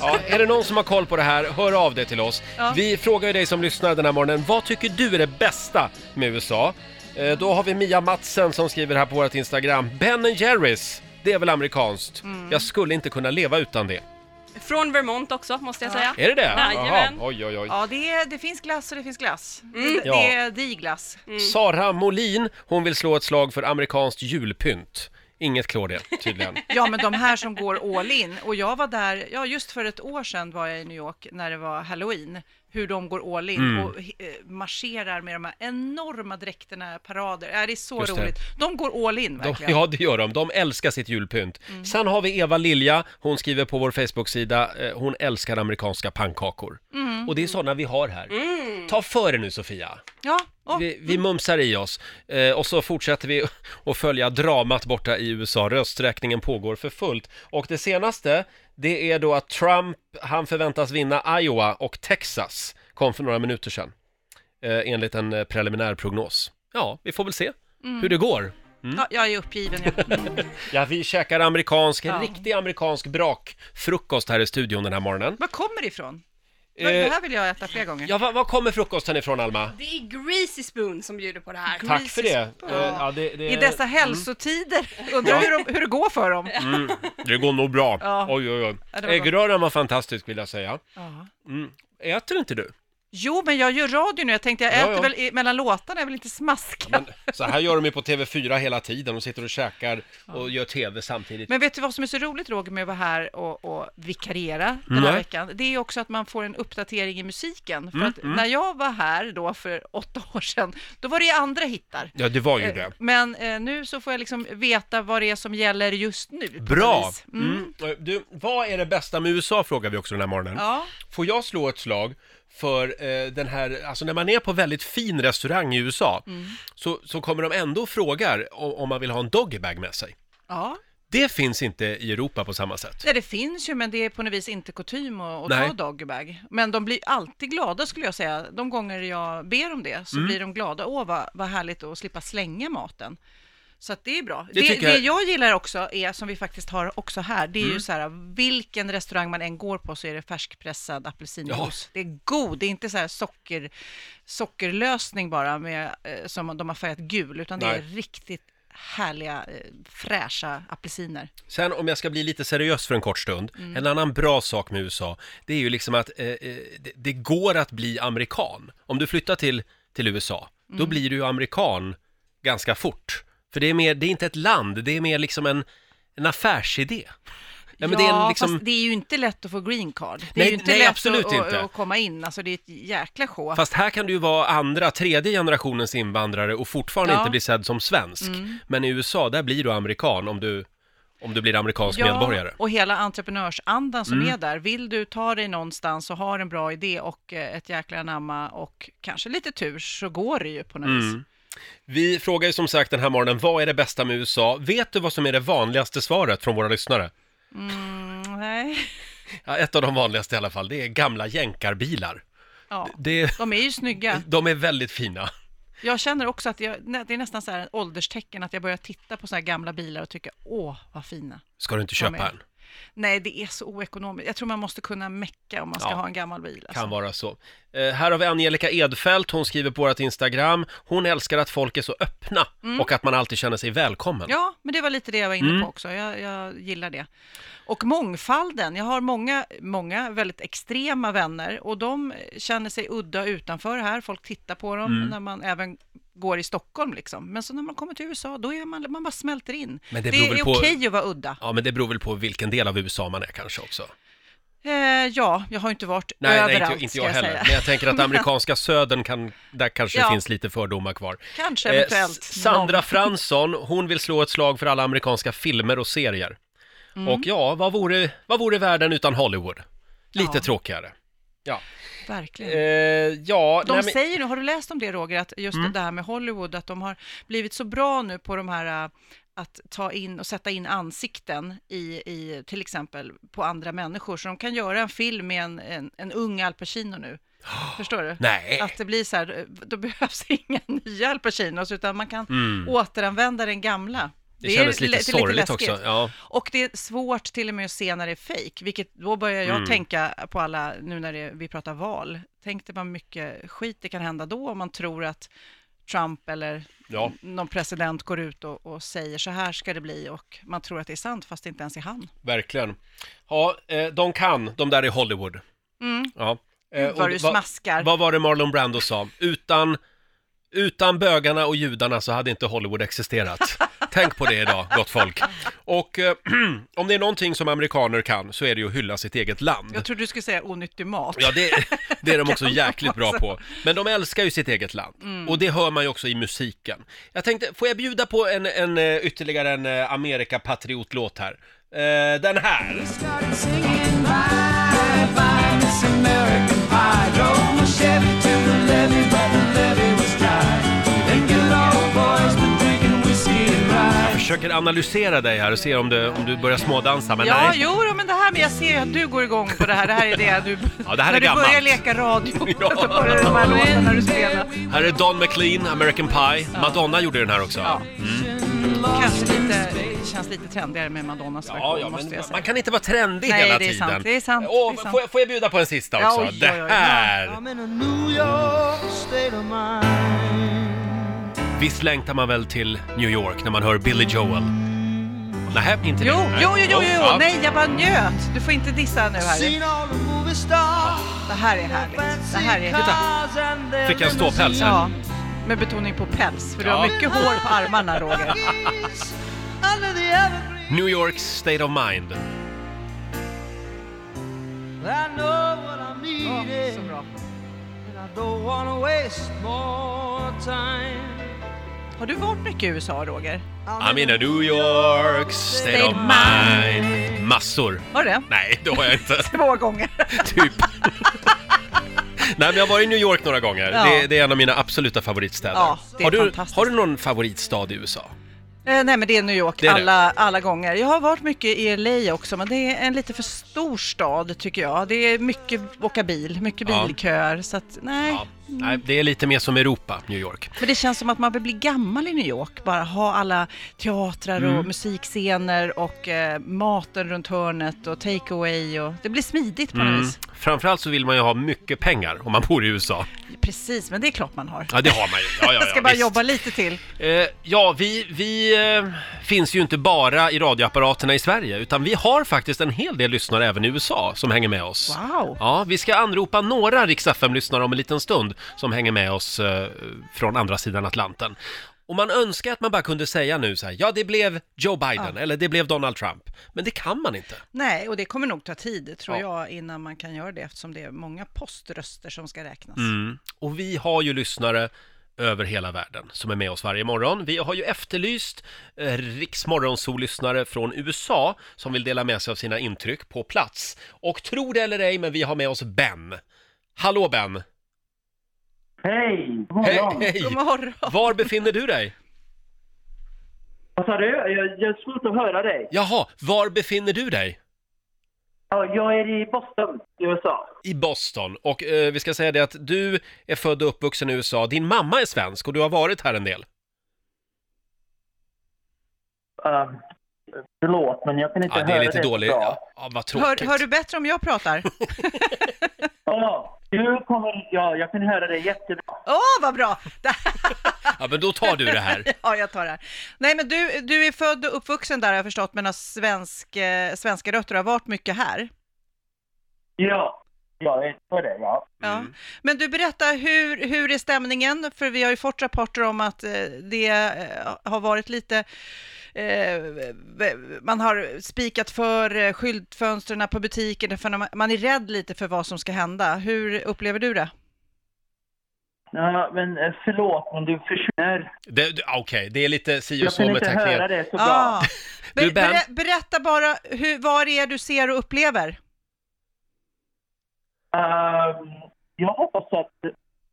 Speaker 1: Ja, är det någon som har koll på det här, hör av dig till oss.
Speaker 7: Ja.
Speaker 1: Vi frågar ju dig som lyssnar den här morgonen, vad tycker du är det bästa med USA? Eh, Då har vi Mia Matsen som skriver här på vårt Instagram, Ben Jerrys, det är väl amerikanskt? Jag skulle inte kunna leva utan det.
Speaker 8: Från Vermont också, måste jag säga.
Speaker 1: Är det det?
Speaker 8: Jajamän.
Speaker 1: Jaha, Oj, oj, oj.
Speaker 7: Ja, det, är, det finns glass och det finns glass. Det,
Speaker 1: Mm. Ja.
Speaker 7: det är diglass.
Speaker 1: Mm. Sara Molin, hon vill slå ett slag för amerikanskt julpynt. Inget klår det, tydligen.
Speaker 7: Ja, men de här som går all in. Och jag var där, ja just för ett år sedan var jag i New York när det var halloween. Hur de går all in
Speaker 1: Mm.
Speaker 7: och eh, marscherar med de här enorma dräkterna, parader. Ja, det är så
Speaker 1: Just det.
Speaker 7: roligt. De går all in
Speaker 1: De,
Speaker 7: verkligen.
Speaker 1: ja, det gör de. De älskar sitt julpynt. Sen har vi Eva Lilja. Hon skriver på vår Facebook-sida. eh, Hon älskar amerikanska pannkakor. Och det är sådana vi har här. Ta för er nu, Sofia.
Speaker 7: Ja, åh,
Speaker 1: Vi, vi mumsar i oss. Eh, och så fortsätter vi att följa dramat borta i USA. Rösträkningen pågår för fullt. Och det senaste, det är då att Trump, han förväntas vinna Iowa och Texas. Kom för några minuter sedan. Eh, enligt en eh, preliminär prognos. Ja, vi får väl se hur det går.
Speaker 7: ja, jag är uppgiven.
Speaker 1: Mm.
Speaker 7: Jag.
Speaker 1: Ja, vi käkar amerikansk, riktig amerikansk brakfrukost här i studion den här morgonen.
Speaker 7: Var kommer det ifrån?
Speaker 1: Eh,
Speaker 7: det här vill jag äta fler gånger.
Speaker 1: Ja, var, var kommer frukosten ifrån Alma?
Speaker 8: Det är Greasy Spoon som bjuder på det här.
Speaker 1: Tack för det. Eh, Ja, det, det... Mm,
Speaker 7: I dessa hälsotider, undrar hur, de, hur det går för dem.
Speaker 1: det går nog bra.
Speaker 7: Ja.
Speaker 1: Oj, oj, oj.
Speaker 7: Ja, det var gott.
Speaker 1: Äggröran var fantastisk vill jag säga.
Speaker 7: Ja.
Speaker 1: Mm. Äter inte du?
Speaker 7: Jo, men jag gör radio nu. Jag tänkte, jag
Speaker 1: Ja,
Speaker 7: äter
Speaker 1: ja.
Speaker 7: väl i, mellan låtarna, jag vill inte smaska.
Speaker 1: Men, så här gör de ju på TV4 hela tiden. De sitter och käkar och gör TV samtidigt.
Speaker 7: Men vet du vad som är så roligt Roger med att vara här och, och vikariera den
Speaker 1: Mm. Nej. Mm,
Speaker 7: här veckan? Det är ju också att man får en uppdatering i musiken. För att när jag var här då för åtta år sedan, då var det ju andra hittar.
Speaker 1: Ja, det var ju det.
Speaker 7: Men eh, nu så får jag liksom veta vad det är som gäller just nu. på
Speaker 1: Bra!
Speaker 7: vis.
Speaker 1: Mm. Du, vad är det bästa med USA frågar vi också den här morgonen.
Speaker 7: Ja.
Speaker 1: Får jag slå ett slag för eh, den här, alltså när man är på väldigt fin restaurang i USA så, så kommer de ändå och frågar om, om man vill ha en doggybag med sig.
Speaker 7: ja.
Speaker 1: Det finns inte i Europa på samma sätt.
Speaker 7: Nej, det finns ju, men det är på något vis inte kutym att, att
Speaker 1: Nej.
Speaker 7: ta doggybag. Men de blir alltid glada skulle jag säga. De gånger jag ber om det
Speaker 1: Mm.
Speaker 7: så blir de glada. Åh, vad, vad härligt att slippa slänga maten. Så att det är bra.
Speaker 1: Det
Speaker 7: Det, det,
Speaker 1: tycker jag- Mm.
Speaker 7: jag gillar också, är, som vi faktiskt har också här, det är ju så här, vilken restaurang man än går på så är det färskpressad apelsinjuice. Det är god, det är inte så här socker, sockerlösning bara med, eh, som de har färgat gul, utan det
Speaker 1: Nej.
Speaker 7: är riktigt härliga eh, fräscha apelsiner.
Speaker 1: Sen om jag ska bli lite seriös för en kort stund,
Speaker 7: Mm.
Speaker 1: en annan bra sak med USA, det är ju liksom att eh, eh, det, det går att bli amerikan. Om du flyttar till, till USA,
Speaker 7: Mm.
Speaker 1: då blir du ju amerikan ganska fort. För det är, mer, det är inte ett land, det är mer liksom en, en affärsidé. Ja, men det är en, liksom,
Speaker 7: fast det är ju inte lätt att få green card. Det är
Speaker 1: Nej,
Speaker 7: ju inte
Speaker 1: nej,
Speaker 7: lätt
Speaker 1: absolut
Speaker 7: att,
Speaker 1: inte.
Speaker 7: Att, att komma in, alltså det är ett jäkla sjå.
Speaker 1: fast här kan du ju vara andra, tredje generationens invandrare och fortfarande
Speaker 7: Ja. Mm.
Speaker 1: inte bli sedd som svensk. Men i USA, där blir du amerikan om du, om du blir amerikansk medborgare. Mm.
Speaker 7: och hela entreprenörsandan som är där. Vill du ta dig någonstans och har en bra idé och eh, ett jäkla namma och kanske lite tur så går det ju på något
Speaker 1: Mm.
Speaker 7: vis.
Speaker 1: Vi frågar ju som sagt den här morgonen, vad är det bästa med USA? Vet du vad som är det vanligaste svaret från våra lyssnare?
Speaker 7: Mm, Nej.
Speaker 1: Ja, ett av de vanligaste i alla fall, det är gamla jänkarbilar.
Speaker 7: Ja.
Speaker 1: Det,
Speaker 7: De är ju snygga.
Speaker 1: de är väldigt fina.
Speaker 7: Jag känner också att jag, nä- det är nästan så här ett ålderstecken att jag börjar titta på så här gamla bilar och tycka åh vad fina.
Speaker 1: Ska du inte
Speaker 7: De
Speaker 1: köpa
Speaker 7: är- alltså-
Speaker 1: en?
Speaker 7: Nej, det är så oekonomiskt. Jag tror man måste kunna mecka om man ska
Speaker 1: Ja.
Speaker 7: ha en gammal bil. Alltså.
Speaker 1: Kan vara så. Eh, här har vi Angelica Edfelt, hon skriver på vårt Instagram. Hon älskar att folk är så öppna och att man alltid känner sig välkommen.
Speaker 7: Mm. Ja, men det var lite det jag var inne
Speaker 1: Mm.
Speaker 7: på också. Jag, jag gillar det. Och mångfalden. Jag har många, många väldigt extrema vänner och de känner sig udda utanför här. Folk tittar på dem
Speaker 1: Mm.
Speaker 7: när man även går i Stockholm liksom. Men så när man kommer till USA, då är man, man bara smälter in.
Speaker 1: Men det
Speaker 7: det
Speaker 1: beror väl
Speaker 7: är
Speaker 1: på-
Speaker 7: okej att vara udda.
Speaker 1: Ja, men det beror väl på vilken del av USA man är kanske också.
Speaker 7: Eh, ja, jag har ju inte varit
Speaker 1: Nej, nej
Speaker 7: överallt
Speaker 1: inte, inte
Speaker 7: ska
Speaker 1: jag heller.
Speaker 7: säga.
Speaker 1: Men jag tänker att amerikanska södern kan, där kanske
Speaker 7: Ja.
Speaker 1: finns lite fördomar kvar.
Speaker 7: Kanske
Speaker 1: Eh,
Speaker 7: eventuellt.
Speaker 1: S- Sandra
Speaker 7: någon-
Speaker 1: Fransson, hon vill slå ett slag för alla amerikanska filmer och serier.
Speaker 7: Mm.
Speaker 1: Och ja, vad vore, vad vore världen utan Hollywood? Lite
Speaker 7: Ja.
Speaker 1: tråkigare. Ja,
Speaker 7: Verkligen.
Speaker 1: eh, ja
Speaker 7: De
Speaker 1: nej, men, Mm.
Speaker 7: säger nu, har du läst om det Roger, att just det här med Hollywood, att de har blivit så bra nu på de här äh, att ta in och sätta in ansikten i, i till exempel på andra människor, så de kan göra en film med en, en, en ung Al Pacino nu. Förstår du?
Speaker 1: Nej.
Speaker 7: Att det blir så här, eh, då behövs inga nya Al Pacinos, utan man kan återanvända den gamla.
Speaker 1: Mm. det,
Speaker 7: är
Speaker 1: kändes lite
Speaker 7: lä-
Speaker 1: sorgligt
Speaker 7: läskigt.
Speaker 1: också. Ja.
Speaker 7: Och det är svårt till och med att se när det är fejk, vilket då börjar jag
Speaker 1: Mm.
Speaker 7: tänka på alla, nu när det, vi pratar val, tänk dig vad mycket skit det kan hända då om man tror att Trump eller
Speaker 1: Ja.
Speaker 7: någon president går ut och, och säger så här ska det bli och man tror att det är sant fast det inte ens är han.
Speaker 1: Verkligen. Ja, eh, de kan, de där i Hollywood. Ja. Eh,
Speaker 7: Mm. Vad du
Speaker 1: vad-
Speaker 7: smaskar.
Speaker 1: Vad var det Marlon Brando sa? Utan, utan bögarna och judarna så hade inte Hollywood existerat. Tänk på det idag, gott folk. Och eh, om det är någonting som amerikaner kan så är det ju att hylla sitt eget land.
Speaker 7: Jag trodde du skulle säga onyttig mat.
Speaker 1: Ja, det, det är de också Mm. jäkligt bra på. Men de älskar ju sitt eget land. Och det hör man ju också i musiken. Jag tänkte, får jag bjuda på en, en eh, ytterligare en eh, Amerika-patriotlåt här? Eh, den här! Jag försöker analysera dig här och se om du, om du börjar smådansa, men
Speaker 7: Ja,
Speaker 1: nej.
Speaker 7: jo, då, men det här med jag ser ju att du går igång på det här. Det här är det du...
Speaker 1: Ja, det här är
Speaker 7: när du
Speaker 1: gammalt.
Speaker 7: börjar leka radio,
Speaker 1: Ja.
Speaker 7: då börjar de här låtarna du spelar.
Speaker 1: Här är Don McLean, American Pie. Madonna gjorde den här också. Ja,
Speaker 7: Kanske lite, känns lite trendigare med Madonnas version,
Speaker 1: ja,
Speaker 7: måste
Speaker 1: men
Speaker 7: jag säga.
Speaker 1: man kan inte vara trendig
Speaker 7: Nej,
Speaker 1: hela
Speaker 7: det är
Speaker 1: tiden.
Speaker 7: sant, det är sant,
Speaker 1: Åh,
Speaker 7: det är sant.
Speaker 1: Får, jag, får jag bjuda på en sista
Speaker 7: Ja,
Speaker 1: också?
Speaker 7: oj, oj, oj.
Speaker 1: Det här! Visst längtar man väl till New York när man hör Billy Joel? Nej, inte
Speaker 7: Jo,
Speaker 1: det. Nej.
Speaker 7: jo, jo, jo, jo.
Speaker 1: Ja.
Speaker 7: nej jag bara njöt. Du får inte dissa nu Harry. Det här är härligt. Det här är...
Speaker 1: Fick jag en ståpäls här?
Speaker 7: Ja, med betoning på päls, för du har
Speaker 1: Ja.
Speaker 7: mycket hår på armarna Roger.
Speaker 1: New Yorks State of Mind.
Speaker 7: Ja, så bra. Har du varit mycket i USA Roger?
Speaker 1: I'm in a New York State of Mind. Massor.
Speaker 7: Har du det?
Speaker 1: Nej, det har jag inte.
Speaker 7: Två gånger.
Speaker 1: typ. Nej, men jag var i New York några gånger.
Speaker 7: Ja.
Speaker 1: Det, det är en av mina absoluta favoritstäder.
Speaker 7: Ja, det är
Speaker 1: har, du,
Speaker 7: fantastiskt.
Speaker 1: har du någon favoritstad i USA?
Speaker 7: Eh, nej men det är New York
Speaker 1: Det är det.
Speaker 7: alla, alla gånger. Jag har varit mycket i LA också men det är en lite för stor stad tycker jag. Det är mycket åka bil, mycket
Speaker 1: Ja.
Speaker 7: bilköer så att nej.
Speaker 1: Ja. Nej, det är lite mer som Europa, New York.
Speaker 7: Men det känns som att man vill bli gammal i New York, bara ha alla teatrar och
Speaker 1: Mm.
Speaker 7: musikscener och eh, maten runt hörnet och takeaway och det blir smidigt på något
Speaker 1: Mm.
Speaker 7: vis.
Speaker 1: Framförallt så vill man ju ha mycket pengar om man bor i USA.
Speaker 7: Precis, men det är klart man har.
Speaker 1: Ja, det har man ju. Ja, ja, ja,
Speaker 7: Jag ska bara
Speaker 1: visst.
Speaker 7: jobba lite till.
Speaker 1: Eh, ja, vi, vi eh, finns ju inte bara i radioapparaterna i Sverige, utan vi har faktiskt en hel del lyssnare även i USA som hänger med oss.
Speaker 7: Wow!
Speaker 1: Ja, vi ska anropa några Rix lyssnare om en liten stund som hänger med oss eh, från andra sidan Atlanten. Och man önskar att man bara kunde säga nu så här, ja det blev Joe Biden eller det blev Donald Trump. Men det kan man inte.
Speaker 7: Nej, och det kommer nog ta tid tror
Speaker 1: Ja.
Speaker 7: jag innan man kan göra det eftersom det är många poströster som ska räknas.
Speaker 1: Mm. Och vi har ju lyssnare över hela världen som är med oss varje morgon. Vi har ju efterlyst eh, riksmorgonsolyssnare från USA som vill dela med sig av sina intryck på plats. Och tro det eller ej, men vi har med oss Ben. Hallå Ben!
Speaker 9: Hej! God
Speaker 1: Hej!
Speaker 9: morgon!
Speaker 1: hej.
Speaker 7: God morgon!
Speaker 1: Var befinner du dig?
Speaker 9: Vad sa du? Jag, jag är svårt att höra dig.
Speaker 1: Jaha, var befinner du dig?
Speaker 9: Ja, jag är i Boston, USA.
Speaker 1: I Boston. Och eh, vi ska säga det att du är född och uppvuxen i USA. Din mamma är svensk och du har varit här en del.
Speaker 9: Um, förlåt, men jag kan inte
Speaker 1: Ja, det
Speaker 9: höra
Speaker 1: är lite
Speaker 9: dig
Speaker 1: dåligt.
Speaker 9: bra.
Speaker 1: Ja, ja, vad
Speaker 7: Hör,
Speaker 1: tråkigt.
Speaker 7: hör du bättre om jag pratar?
Speaker 9: Ja, du kommer... Ja, jag kan höra dig jättebra.
Speaker 7: Åh, vad bra!
Speaker 1: Ja, men då tar du det här.
Speaker 7: ja, jag tar det här. Nej, men du, du är född och uppvuxen där har jag förstått, men har svensk, eh, svenska rötter och har varit mycket här.
Speaker 9: Ja, ja jag hör dig, ja.
Speaker 7: Ja. Men du berättar, hur, hur är stämningen? För vi har ju fått rapporter om att eh, det eh, har varit lite, eh, man har spikat för eh, skyltfönstren på butiken, för när man- man är rädd lite för vad som ska hända. Hur upplever du det?
Speaker 9: ja. Men eh, förlåt, men du försvinner.
Speaker 1: Det- det- Okej, det är lite si och
Speaker 9: Jag
Speaker 1: så
Speaker 9: kan
Speaker 1: med
Speaker 9: inte höra
Speaker 1: tekniken.
Speaker 9: dig så bra.
Speaker 7: Ah. Ber,
Speaker 1: Du, Ben.
Speaker 7: berä- berätta bara, hur, vad det är du ser och upplever?
Speaker 9: Ehm, jag hoppas att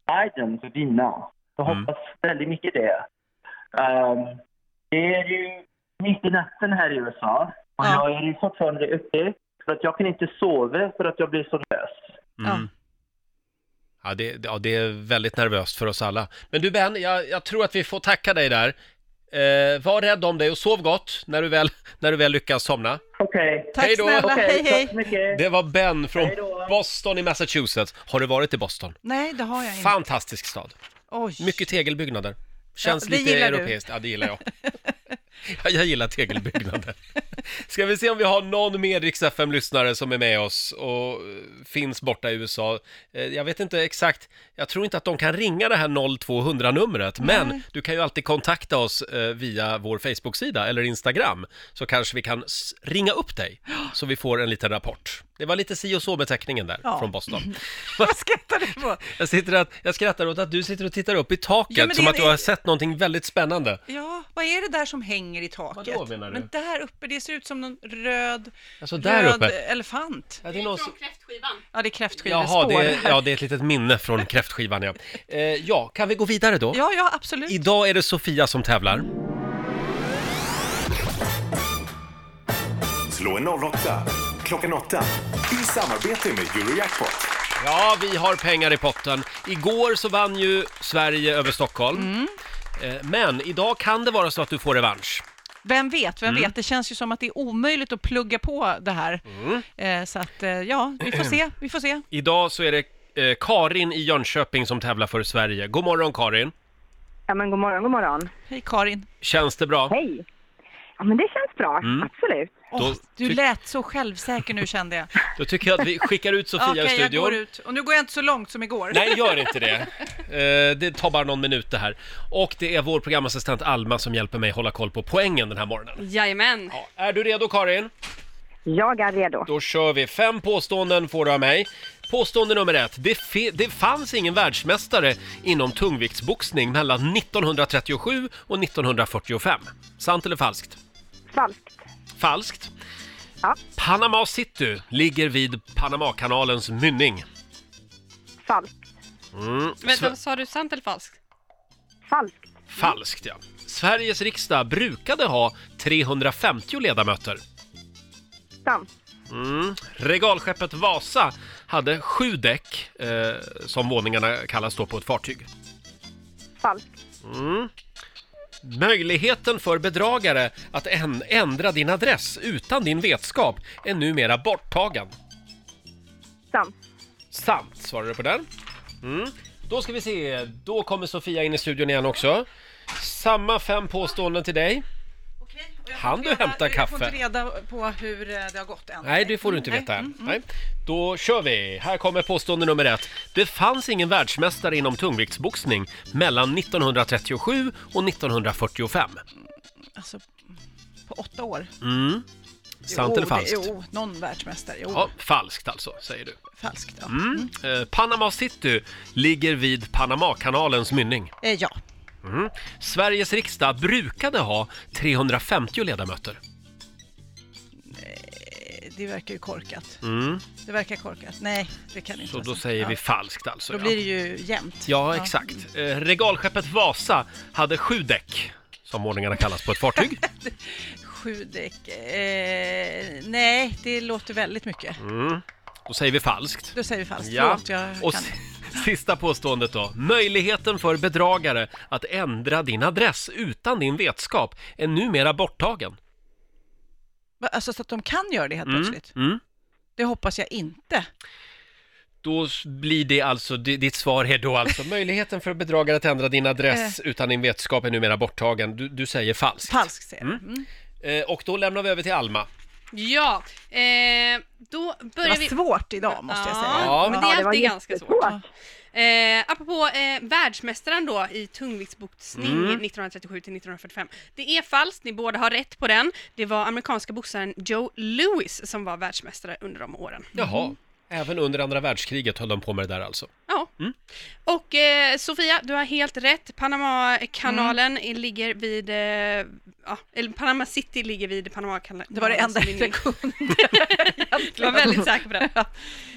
Speaker 9: Biden ska vinna. Jag
Speaker 1: Mm.
Speaker 9: hoppas väldigt mycket det. Ehm, det är ju mitt i natten här i USA och
Speaker 7: Ja.
Speaker 9: jag är ju fortfarande uppe för att jag kan inte sova för att jag blir så nervös.
Speaker 1: Mm. Ja, det, ja, det är väldigt nervöst för oss alla. Men du Ben, jag, jag tror att vi får tacka dig där. Eh, var rädd om dig och sov gott när du väl, när du väl lyckas somna.
Speaker 9: Okej,
Speaker 7: Tack
Speaker 1: Hej då.
Speaker 7: snälla,
Speaker 9: Okej,
Speaker 7: hej hej!
Speaker 9: tack så mycket.
Speaker 1: Det var Ben från
Speaker 9: Hej då.
Speaker 1: Boston i Massachusetts. Har du varit i Boston?
Speaker 7: Nej, det har jag inte.
Speaker 1: Fantastisk stad.
Speaker 7: Oj.
Speaker 1: Mycket tegelbyggnader. Känns
Speaker 7: Ja, det
Speaker 1: lite
Speaker 7: gillar du.
Speaker 1: europeiskt. Ja, det gillar jag. Ja, jag gillar tegelbyggnader. Ska vi se om vi har någon mer Rix lyssnare som är med oss och eh, finns borta i USA. Eh, Jag vet inte exakt, jag tror inte att de kan ringa det här 0200-numret, men du kan ju alltid kontakta oss eh, via vår Facebook-sida eller Instagram, så kanske vi kan s- ringa upp dig, så vi får en liten rapport. Det var lite si och så med teckningen där,
Speaker 7: Ja.
Speaker 1: från Boston.
Speaker 7: Vad skrattar du på?
Speaker 1: Jag, sitter att, jag skrattar åt att du sitter och tittar upp i taket
Speaker 7: Ja, men det
Speaker 1: som
Speaker 7: är
Speaker 1: att du
Speaker 7: en-
Speaker 1: har sett någonting väldigt spännande.
Speaker 7: Ja, vad är det där som hänger i taket?
Speaker 1: Vadå, menar du?
Speaker 7: Men där uppe, det ser ut som någon röd,
Speaker 1: Alltså där
Speaker 7: röd
Speaker 1: uppe.
Speaker 7: elefant.
Speaker 1: Ja,
Speaker 2: Det
Speaker 1: det är
Speaker 2: är
Speaker 1: någon...
Speaker 2: från kräftskivan.
Speaker 7: Ja, det är kräftskivespår.
Speaker 1: Jaha, det är,
Speaker 7: här.
Speaker 1: ja, det är ett litet minne från kräftskivan ja. Eh, ja, kan vi gå vidare då?
Speaker 7: ja, ja, absolut.
Speaker 1: Idag är det Sofia som tävlar.
Speaker 3: Slå en 08 klockan 8 i samarbete med Eurojackpot.
Speaker 1: Ja, vi har pengar i potten. Igår så vann ju Sverige över Stockholm.
Speaker 7: Mm.
Speaker 1: Eh, Men idag kan det vara så att du får revansch.
Speaker 7: Vem vet, vem
Speaker 1: Mm.
Speaker 7: vet? Det känns ju som att det är omöjligt att plugga på det här.
Speaker 1: Mm.
Speaker 7: Eh, så att, eh, ja, vi får se, vi får se.
Speaker 1: Idag så är det eh, Karin i Jönköping som tävlar för Sverige. God morgon Karin!
Speaker 6: Ja, men god morgon, god morgon.
Speaker 7: Hej Karin.
Speaker 1: Känns det bra?
Speaker 6: Hej! Ja, men det känns bra, absolut.
Speaker 1: Då
Speaker 7: Åh, du
Speaker 1: ty-
Speaker 7: lät så självsäker nu kände jag.
Speaker 1: Då tycker jag att vi skickar ut Sofia
Speaker 7: Okej,
Speaker 1: ur
Speaker 7: jag
Speaker 1: studion.
Speaker 7: går ut. Och nu går jag inte så långt som igår.
Speaker 1: Nej, gör inte det. Eh, det tar bara någon minut det här. Och det är vår programassistent Alma som hjälper mig hålla koll på poängen den här morgonen.
Speaker 8: Jajamän.
Speaker 1: Ja, är du redo Karin?
Speaker 6: Jag är redo.
Speaker 1: Då kör vi. Fem påståenden får du av mig. Påstående nummer ett. Det, fi- det fanns ingen världsmästare inom tungviktsboxning mellan 1937 och 1945. Sant eller falskt?
Speaker 6: Falskt.
Speaker 1: Falskt.
Speaker 6: Ja.
Speaker 1: Panama City ligger vid Panamakanalens mynning.
Speaker 6: Falskt.
Speaker 1: Mm.
Speaker 8: Vänta, vad sa du sant eller falskt?
Speaker 6: Falskt.
Speaker 1: Falskt, ja. Sveriges riksdag brukade ha 350 ledamöter.
Speaker 6: Sant.
Speaker 1: Mm. Regalskeppet Vasa hade sju däck, eh, som våningarna kallas då på ett fartyg.
Speaker 6: Falskt.
Speaker 1: Möjligheten för bedragare att än- ändra din adress utan din vetskap är numera borttagen.
Speaker 6: Sant.
Speaker 1: Sant, svarar du på den. Mm. Då ska vi se, då kommer Sofia in i studion igen också. Samma fem påståenden till dig.
Speaker 7: Okej, och jag
Speaker 1: Han
Speaker 7: får
Speaker 1: du
Speaker 7: inte
Speaker 1: hämtar
Speaker 7: reda- Jag får
Speaker 1: kaffe?
Speaker 7: inte reda på hur eh, det har gått än.
Speaker 1: Nej, det får du inte
Speaker 7: Nej. Mm,
Speaker 1: veta än. Nej. Då kör vi! Här kommer påstående nummer ett. Det fanns ingen världsmästare inom tungviktsboxning mellan 1937 och 1945.
Speaker 7: Alltså, på åtta år.
Speaker 1: Mm. Sant
Speaker 7: Jo,
Speaker 1: eller falskt?
Speaker 7: Det, jo, någon världsmästare. Jo,
Speaker 1: Ja, falskt alltså, säger du.
Speaker 7: falskt. Ja.
Speaker 1: Mm. Eh, Panama City ligger vid Panamakanalens mynning.
Speaker 7: Eh, ja,
Speaker 1: Mm. Sveriges riksdag brukade ha 350 ledamöter.
Speaker 7: eh, det verkar ju korkat.
Speaker 1: Mm.
Speaker 7: Det verkar korkat. Nej, det kan inte
Speaker 1: Så
Speaker 7: vara
Speaker 1: då
Speaker 7: sant.
Speaker 1: säger
Speaker 7: ja.
Speaker 1: vi falskt alltså.
Speaker 7: Då
Speaker 1: ja.
Speaker 7: blir det ju jämnt.
Speaker 1: Ja, exakt. Eh, regalskeppet Vasa hade sju däck, som målningarna kallas på ett fartyg.
Speaker 7: Sju däck. Eh, nej, det låter väldigt mycket.
Speaker 1: Då säger vi falskt.
Speaker 7: Då säger vi falskt.
Speaker 1: Mm. Ja,
Speaker 7: Förlåt, jag
Speaker 1: och
Speaker 7: kan.
Speaker 1: si- sista påståendet då. Möjligheten för bedragare att ändra din adress utan din vetskap är numera
Speaker 7: Mm.
Speaker 1: borttagen.
Speaker 7: Va, Alltså så att de kan göra det helt plötsligt.
Speaker 1: Mm.
Speaker 7: Det hoppas jag inte.
Speaker 1: Då s- blir det alltså, di- ditt svar är då alltså möjligheten för bedragare att ändra din adress utan din vetskap är numera borttagen. Du, du säger falskt.
Speaker 7: Eh. Falskt säger jag. Mm.
Speaker 1: Eh, och då lämnar vi över till Alma.
Speaker 8: Ja, eh, då
Speaker 7: Det
Speaker 8: börjar vi...
Speaker 7: var svårt idag måste jag säga.
Speaker 1: Ja.
Speaker 8: Ja, men det
Speaker 6: Ja,
Speaker 8: är
Speaker 6: det var
Speaker 8: alltid ganska svårt.
Speaker 6: jättesvårt.
Speaker 8: Eh, apropå eh, världsmästaren då i tungviktsboxning
Speaker 7: Mm.
Speaker 8: 1937 till 1945. Det är falskt, ni båda har rätt på den. Det var amerikanska boxaren Joe Louis som var världsmästare under de åren.
Speaker 1: Jaha.
Speaker 7: Mm.
Speaker 1: Även under andra världskriget höll de på med det där alltså.
Speaker 8: Ja.
Speaker 7: Mm.
Speaker 8: Och eh, Sofia, du har helt rätt. Panamakanalen
Speaker 7: Mm.
Speaker 8: eh, ligger vid... Eh, ja, eller Panama City ligger vid Panamakanalen. alltså
Speaker 7: Det var det enda
Speaker 8: Som är
Speaker 7: jag
Speaker 8: ny.
Speaker 7: kunde.
Speaker 8: Jag var väldigt säker på det.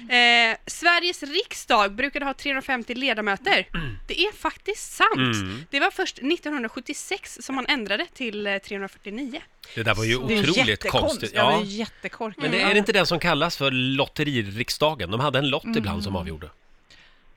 Speaker 8: Eh, Sveriges riksdag brukade ha 350 ledamöter. Det är faktiskt sant.
Speaker 1: Mm.
Speaker 8: Det var först 1976 som man ändrade till eh, 349.
Speaker 1: Det där var ju
Speaker 7: Det är ju
Speaker 1: otroligt konstigt.
Speaker 7: Ja, det
Speaker 1: Ja.
Speaker 7: är jättekorkat.
Speaker 1: Men det, är det inte den som kallas för lotteririksdagen? De hade en lott
Speaker 7: Mm.
Speaker 1: ibland som avgjorde.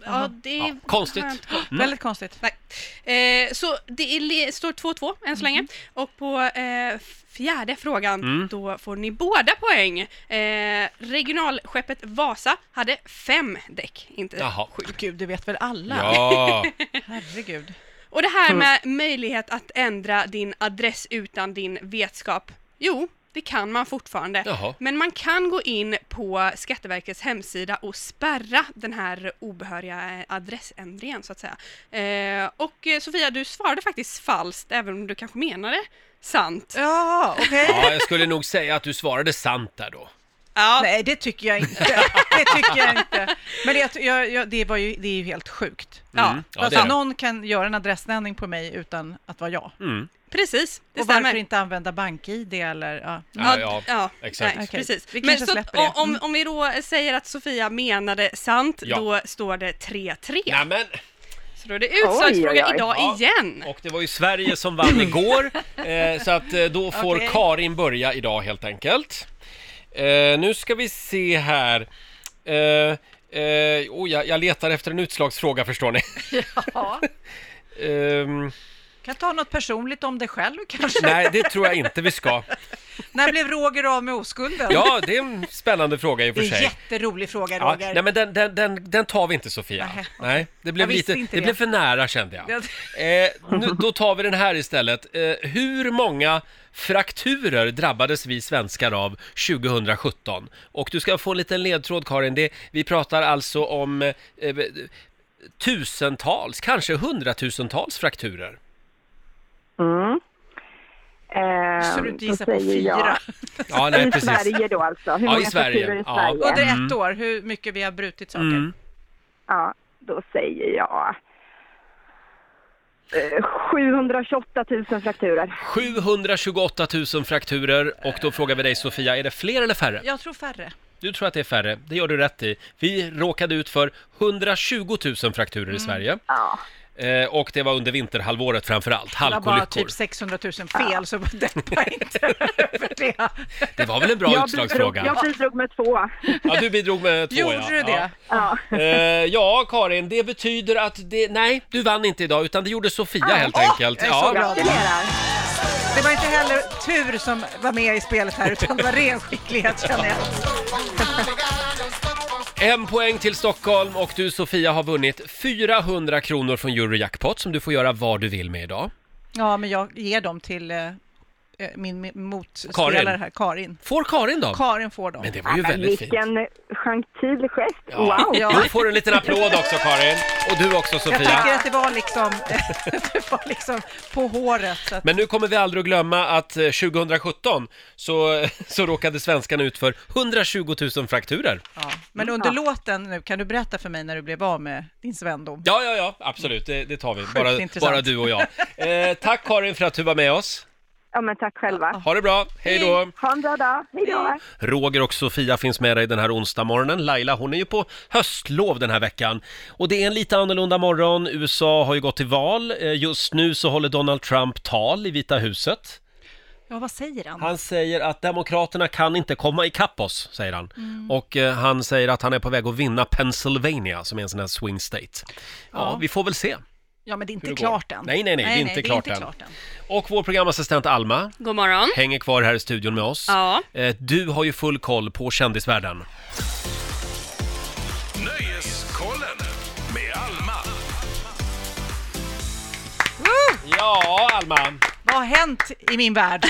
Speaker 8: Ja, det
Speaker 1: Ja, konstigt.
Speaker 8: har jag inte koll på.
Speaker 7: Mm. Väldigt konstigt.
Speaker 8: Nej. Eh, så det är le- står 2-2 än så
Speaker 1: Mm.
Speaker 8: länge. Och på eh, fjärde frågan, då får ni båda poäng. Eh, regionalskeppet Vasa hade fem däck, inte
Speaker 1: Jaha.
Speaker 7: Gud, det vet väl alla?
Speaker 1: Ja,
Speaker 7: Herregud.
Speaker 8: Och det
Speaker 1: Mm.
Speaker 8: här med möjlighet att ändra din adress utan din vetskap. Jo, det kan man fortfarande.
Speaker 1: Jaha.
Speaker 8: Men man kan gå in på Skatteverkets hemsida och spärra den här obehöriga eh, adressändringen så att säga. Eh, och eh, Sofia, du svarade faktiskt falskt även om du kanske menade sant.
Speaker 1: Mm.
Speaker 7: Ja, okej.
Speaker 1: ja, jag skulle nog säga att du svarade sant där då.
Speaker 8: Ja.
Speaker 7: Nej, det tycker jag inte. Det tycker jag inte. Men det, jag, jag, det, var ju, det är ju helt sjukt.
Speaker 8: Ja,
Speaker 1: Mm. Ja, det
Speaker 7: alltså,
Speaker 1: är det. Mm.
Speaker 7: någon kan göra en adressändring på mig utan att vara jag.
Speaker 8: precis. Det
Speaker 7: och varför
Speaker 8: stämmer.
Speaker 7: inte använda bank-id eller... Ja.
Speaker 1: Ja, ja, exakt.
Speaker 8: nej,
Speaker 7: Okej,
Speaker 8: precis.
Speaker 7: vi
Speaker 8: Men
Speaker 7: kanske
Speaker 8: så,
Speaker 7: släpper
Speaker 8: att-
Speaker 7: det. Mm.
Speaker 8: om, om vi då säger att Sofia menade sant,
Speaker 1: Ja.
Speaker 8: då står det 3-3.
Speaker 1: Ja, men,
Speaker 8: Så då är det utslagsfråga
Speaker 6: Oj, oj, oj.
Speaker 8: idag
Speaker 1: Ja.
Speaker 8: igen.
Speaker 1: och det var ju Sverige som vann igår, eh, så att eh, då får
Speaker 7: Okej.
Speaker 1: Karin börja idag helt enkelt. Eh, nu ska vi se här. Eh, eh, oh, jag, jag letar efter en utslagsfråga förstår ni.
Speaker 7: Ja.
Speaker 1: Ehm,
Speaker 7: Kan ta något personligt om dig själv kanske.
Speaker 1: nej, det tror jag inte vi ska.
Speaker 7: När blev Roger av med oskulden?
Speaker 1: Ja, det är en spännande fråga i och
Speaker 7: det
Speaker 1: för
Speaker 7: är en
Speaker 1: sig.
Speaker 7: jätterolig fråga,
Speaker 1: Ja,
Speaker 7: Roger.
Speaker 1: nej men den, den, den, den tar vi inte Sofia.
Speaker 7: Nähä.
Speaker 1: Nej, det blev,
Speaker 7: Jag visste
Speaker 1: lite, det.
Speaker 7: inte det.
Speaker 1: blev för nära kände jag.
Speaker 7: Ja.
Speaker 1: Eh, nu, då tar vi den här istället. Eh, hur många frakturer drabbades vi svenskar av 2017? Och du ska få en liten ledtråd Karin. Det, vi pratar alltså om eh, eh, tusentals, kanske hundratusentals frakturer.
Speaker 6: Mm. Eh,
Speaker 7: Så du inte
Speaker 6: då
Speaker 7: gissar på
Speaker 6: säger
Speaker 7: fyra.
Speaker 6: jag-
Speaker 1: Ja, nej
Speaker 6: I
Speaker 1: precis.
Speaker 6: Sverige då alltså? Hur
Speaker 1: Ja, i
Speaker 6: många
Speaker 1: Sverige.
Speaker 6: kulturer i
Speaker 1: Ja.
Speaker 6: Sverige?
Speaker 7: Under ett år, hur mycket vi har brutit saker.
Speaker 1: Mm.
Speaker 6: Ja, då säger jag eh, 728 000 frakturer.
Speaker 1: 728 000 frakturer och då frågar vi dig Sofia, är det fler eller färre?
Speaker 7: Jag tror färre.
Speaker 1: Du tror att det är färre,
Speaker 7: Mm.
Speaker 1: det gör du rätt i. Vi råkade ut för 120 000 frakturer i Sverige.
Speaker 6: Ja,
Speaker 1: Eh, och det var under vinterhalvåret framför allt,
Speaker 7: Det var bara
Speaker 1: halkolyckor.
Speaker 7: typ 600 000 fel, så deppa inte över det.
Speaker 1: Det var väl en bra utslagsfråga?
Speaker 6: Jag bidrog med två.
Speaker 1: Ja, du bidrog med två
Speaker 7: Gjorde
Speaker 1: ja.
Speaker 7: du
Speaker 1: Ja.
Speaker 6: Ja.
Speaker 7: det?
Speaker 1: Eh, ja, Karin, det betyder att det... Nej, du vann inte idag, utan det gjorde Sofia helt enkelt.
Speaker 7: Ah, jag är så
Speaker 1: Ja.
Speaker 7: glad.
Speaker 6: Gratulerar.
Speaker 7: Det var inte heller tur som var med i spelet här, utan det var ren skicklighet känner jag.
Speaker 1: En poäng till Stockholm och du Sofia har vunnit 400 kronor från Eurojackpot som du får göra vad du vill med idag.
Speaker 7: Ja, men jag ger dem till eh, eh, min mi- motspelare
Speaker 1: Karin.
Speaker 7: här, Karin.
Speaker 1: Får Karin dem?
Speaker 7: Karin får dem.
Speaker 1: Men det var ju väldigt fint.
Speaker 6: Vilken gentil gest.
Speaker 1: Ja.
Speaker 6: Wow!
Speaker 7: Ja.
Speaker 1: Du får en liten applåd också Karin. Och du också
Speaker 7: Jag tycker
Speaker 1: Sofia.
Speaker 7: att det var liksom, det var liksom på håret. Så att,
Speaker 1: Men nu kommer vi aldrig att glömma att eh, 2017 så, så råkade svenskarna ut för 120 000 frakturer.
Speaker 7: ja. Men under låten nu, kan du berätta för mig när du blev av med din svendom?
Speaker 1: Ja, ja, ja, absolut, det, det tar vi. Bara,
Speaker 7: intressant.
Speaker 1: bara du och jag. Eh, tack Karin för att du var med oss.
Speaker 6: Ja, men tack själva.
Speaker 1: Ha det bra, hej då!
Speaker 6: Ha en bra dag. Hej då!
Speaker 1: Roger och Sofia finns med dig den här onsdag morgonen. Laila, hon är ju på höstlov den här veckan. Och det är en lite annorlunda morgon. USA har ju gått till val. Eh, Just nu så håller Donald Trump tal i Vita huset.
Speaker 7: Ja, vad säger han?
Speaker 1: Han säger att Demokraterna kan inte komma ikapp oss, säger han. Och eh, han säger att han är på väg att vinna Pennsylvania, som är en sån här swing state. Ja,
Speaker 7: Ja.
Speaker 1: vi får väl se.
Speaker 7: Ja, men det är
Speaker 1: hur
Speaker 7: inte
Speaker 1: det går.
Speaker 7: klart än.
Speaker 1: Nej, nej, nej, det är inte
Speaker 7: det är
Speaker 1: klart
Speaker 7: inte
Speaker 1: än.
Speaker 7: klart än.
Speaker 1: Och vår programassistent Alma
Speaker 8: God morgon.
Speaker 1: hänger kvar här i studion med oss.
Speaker 8: Ja.
Speaker 1: Eh, Du har ju full koll på kändisvärlden.
Speaker 3: Nöjeskollen med Alma.
Speaker 1: Ja, Alma.
Speaker 7: Vad har hänt i min värld?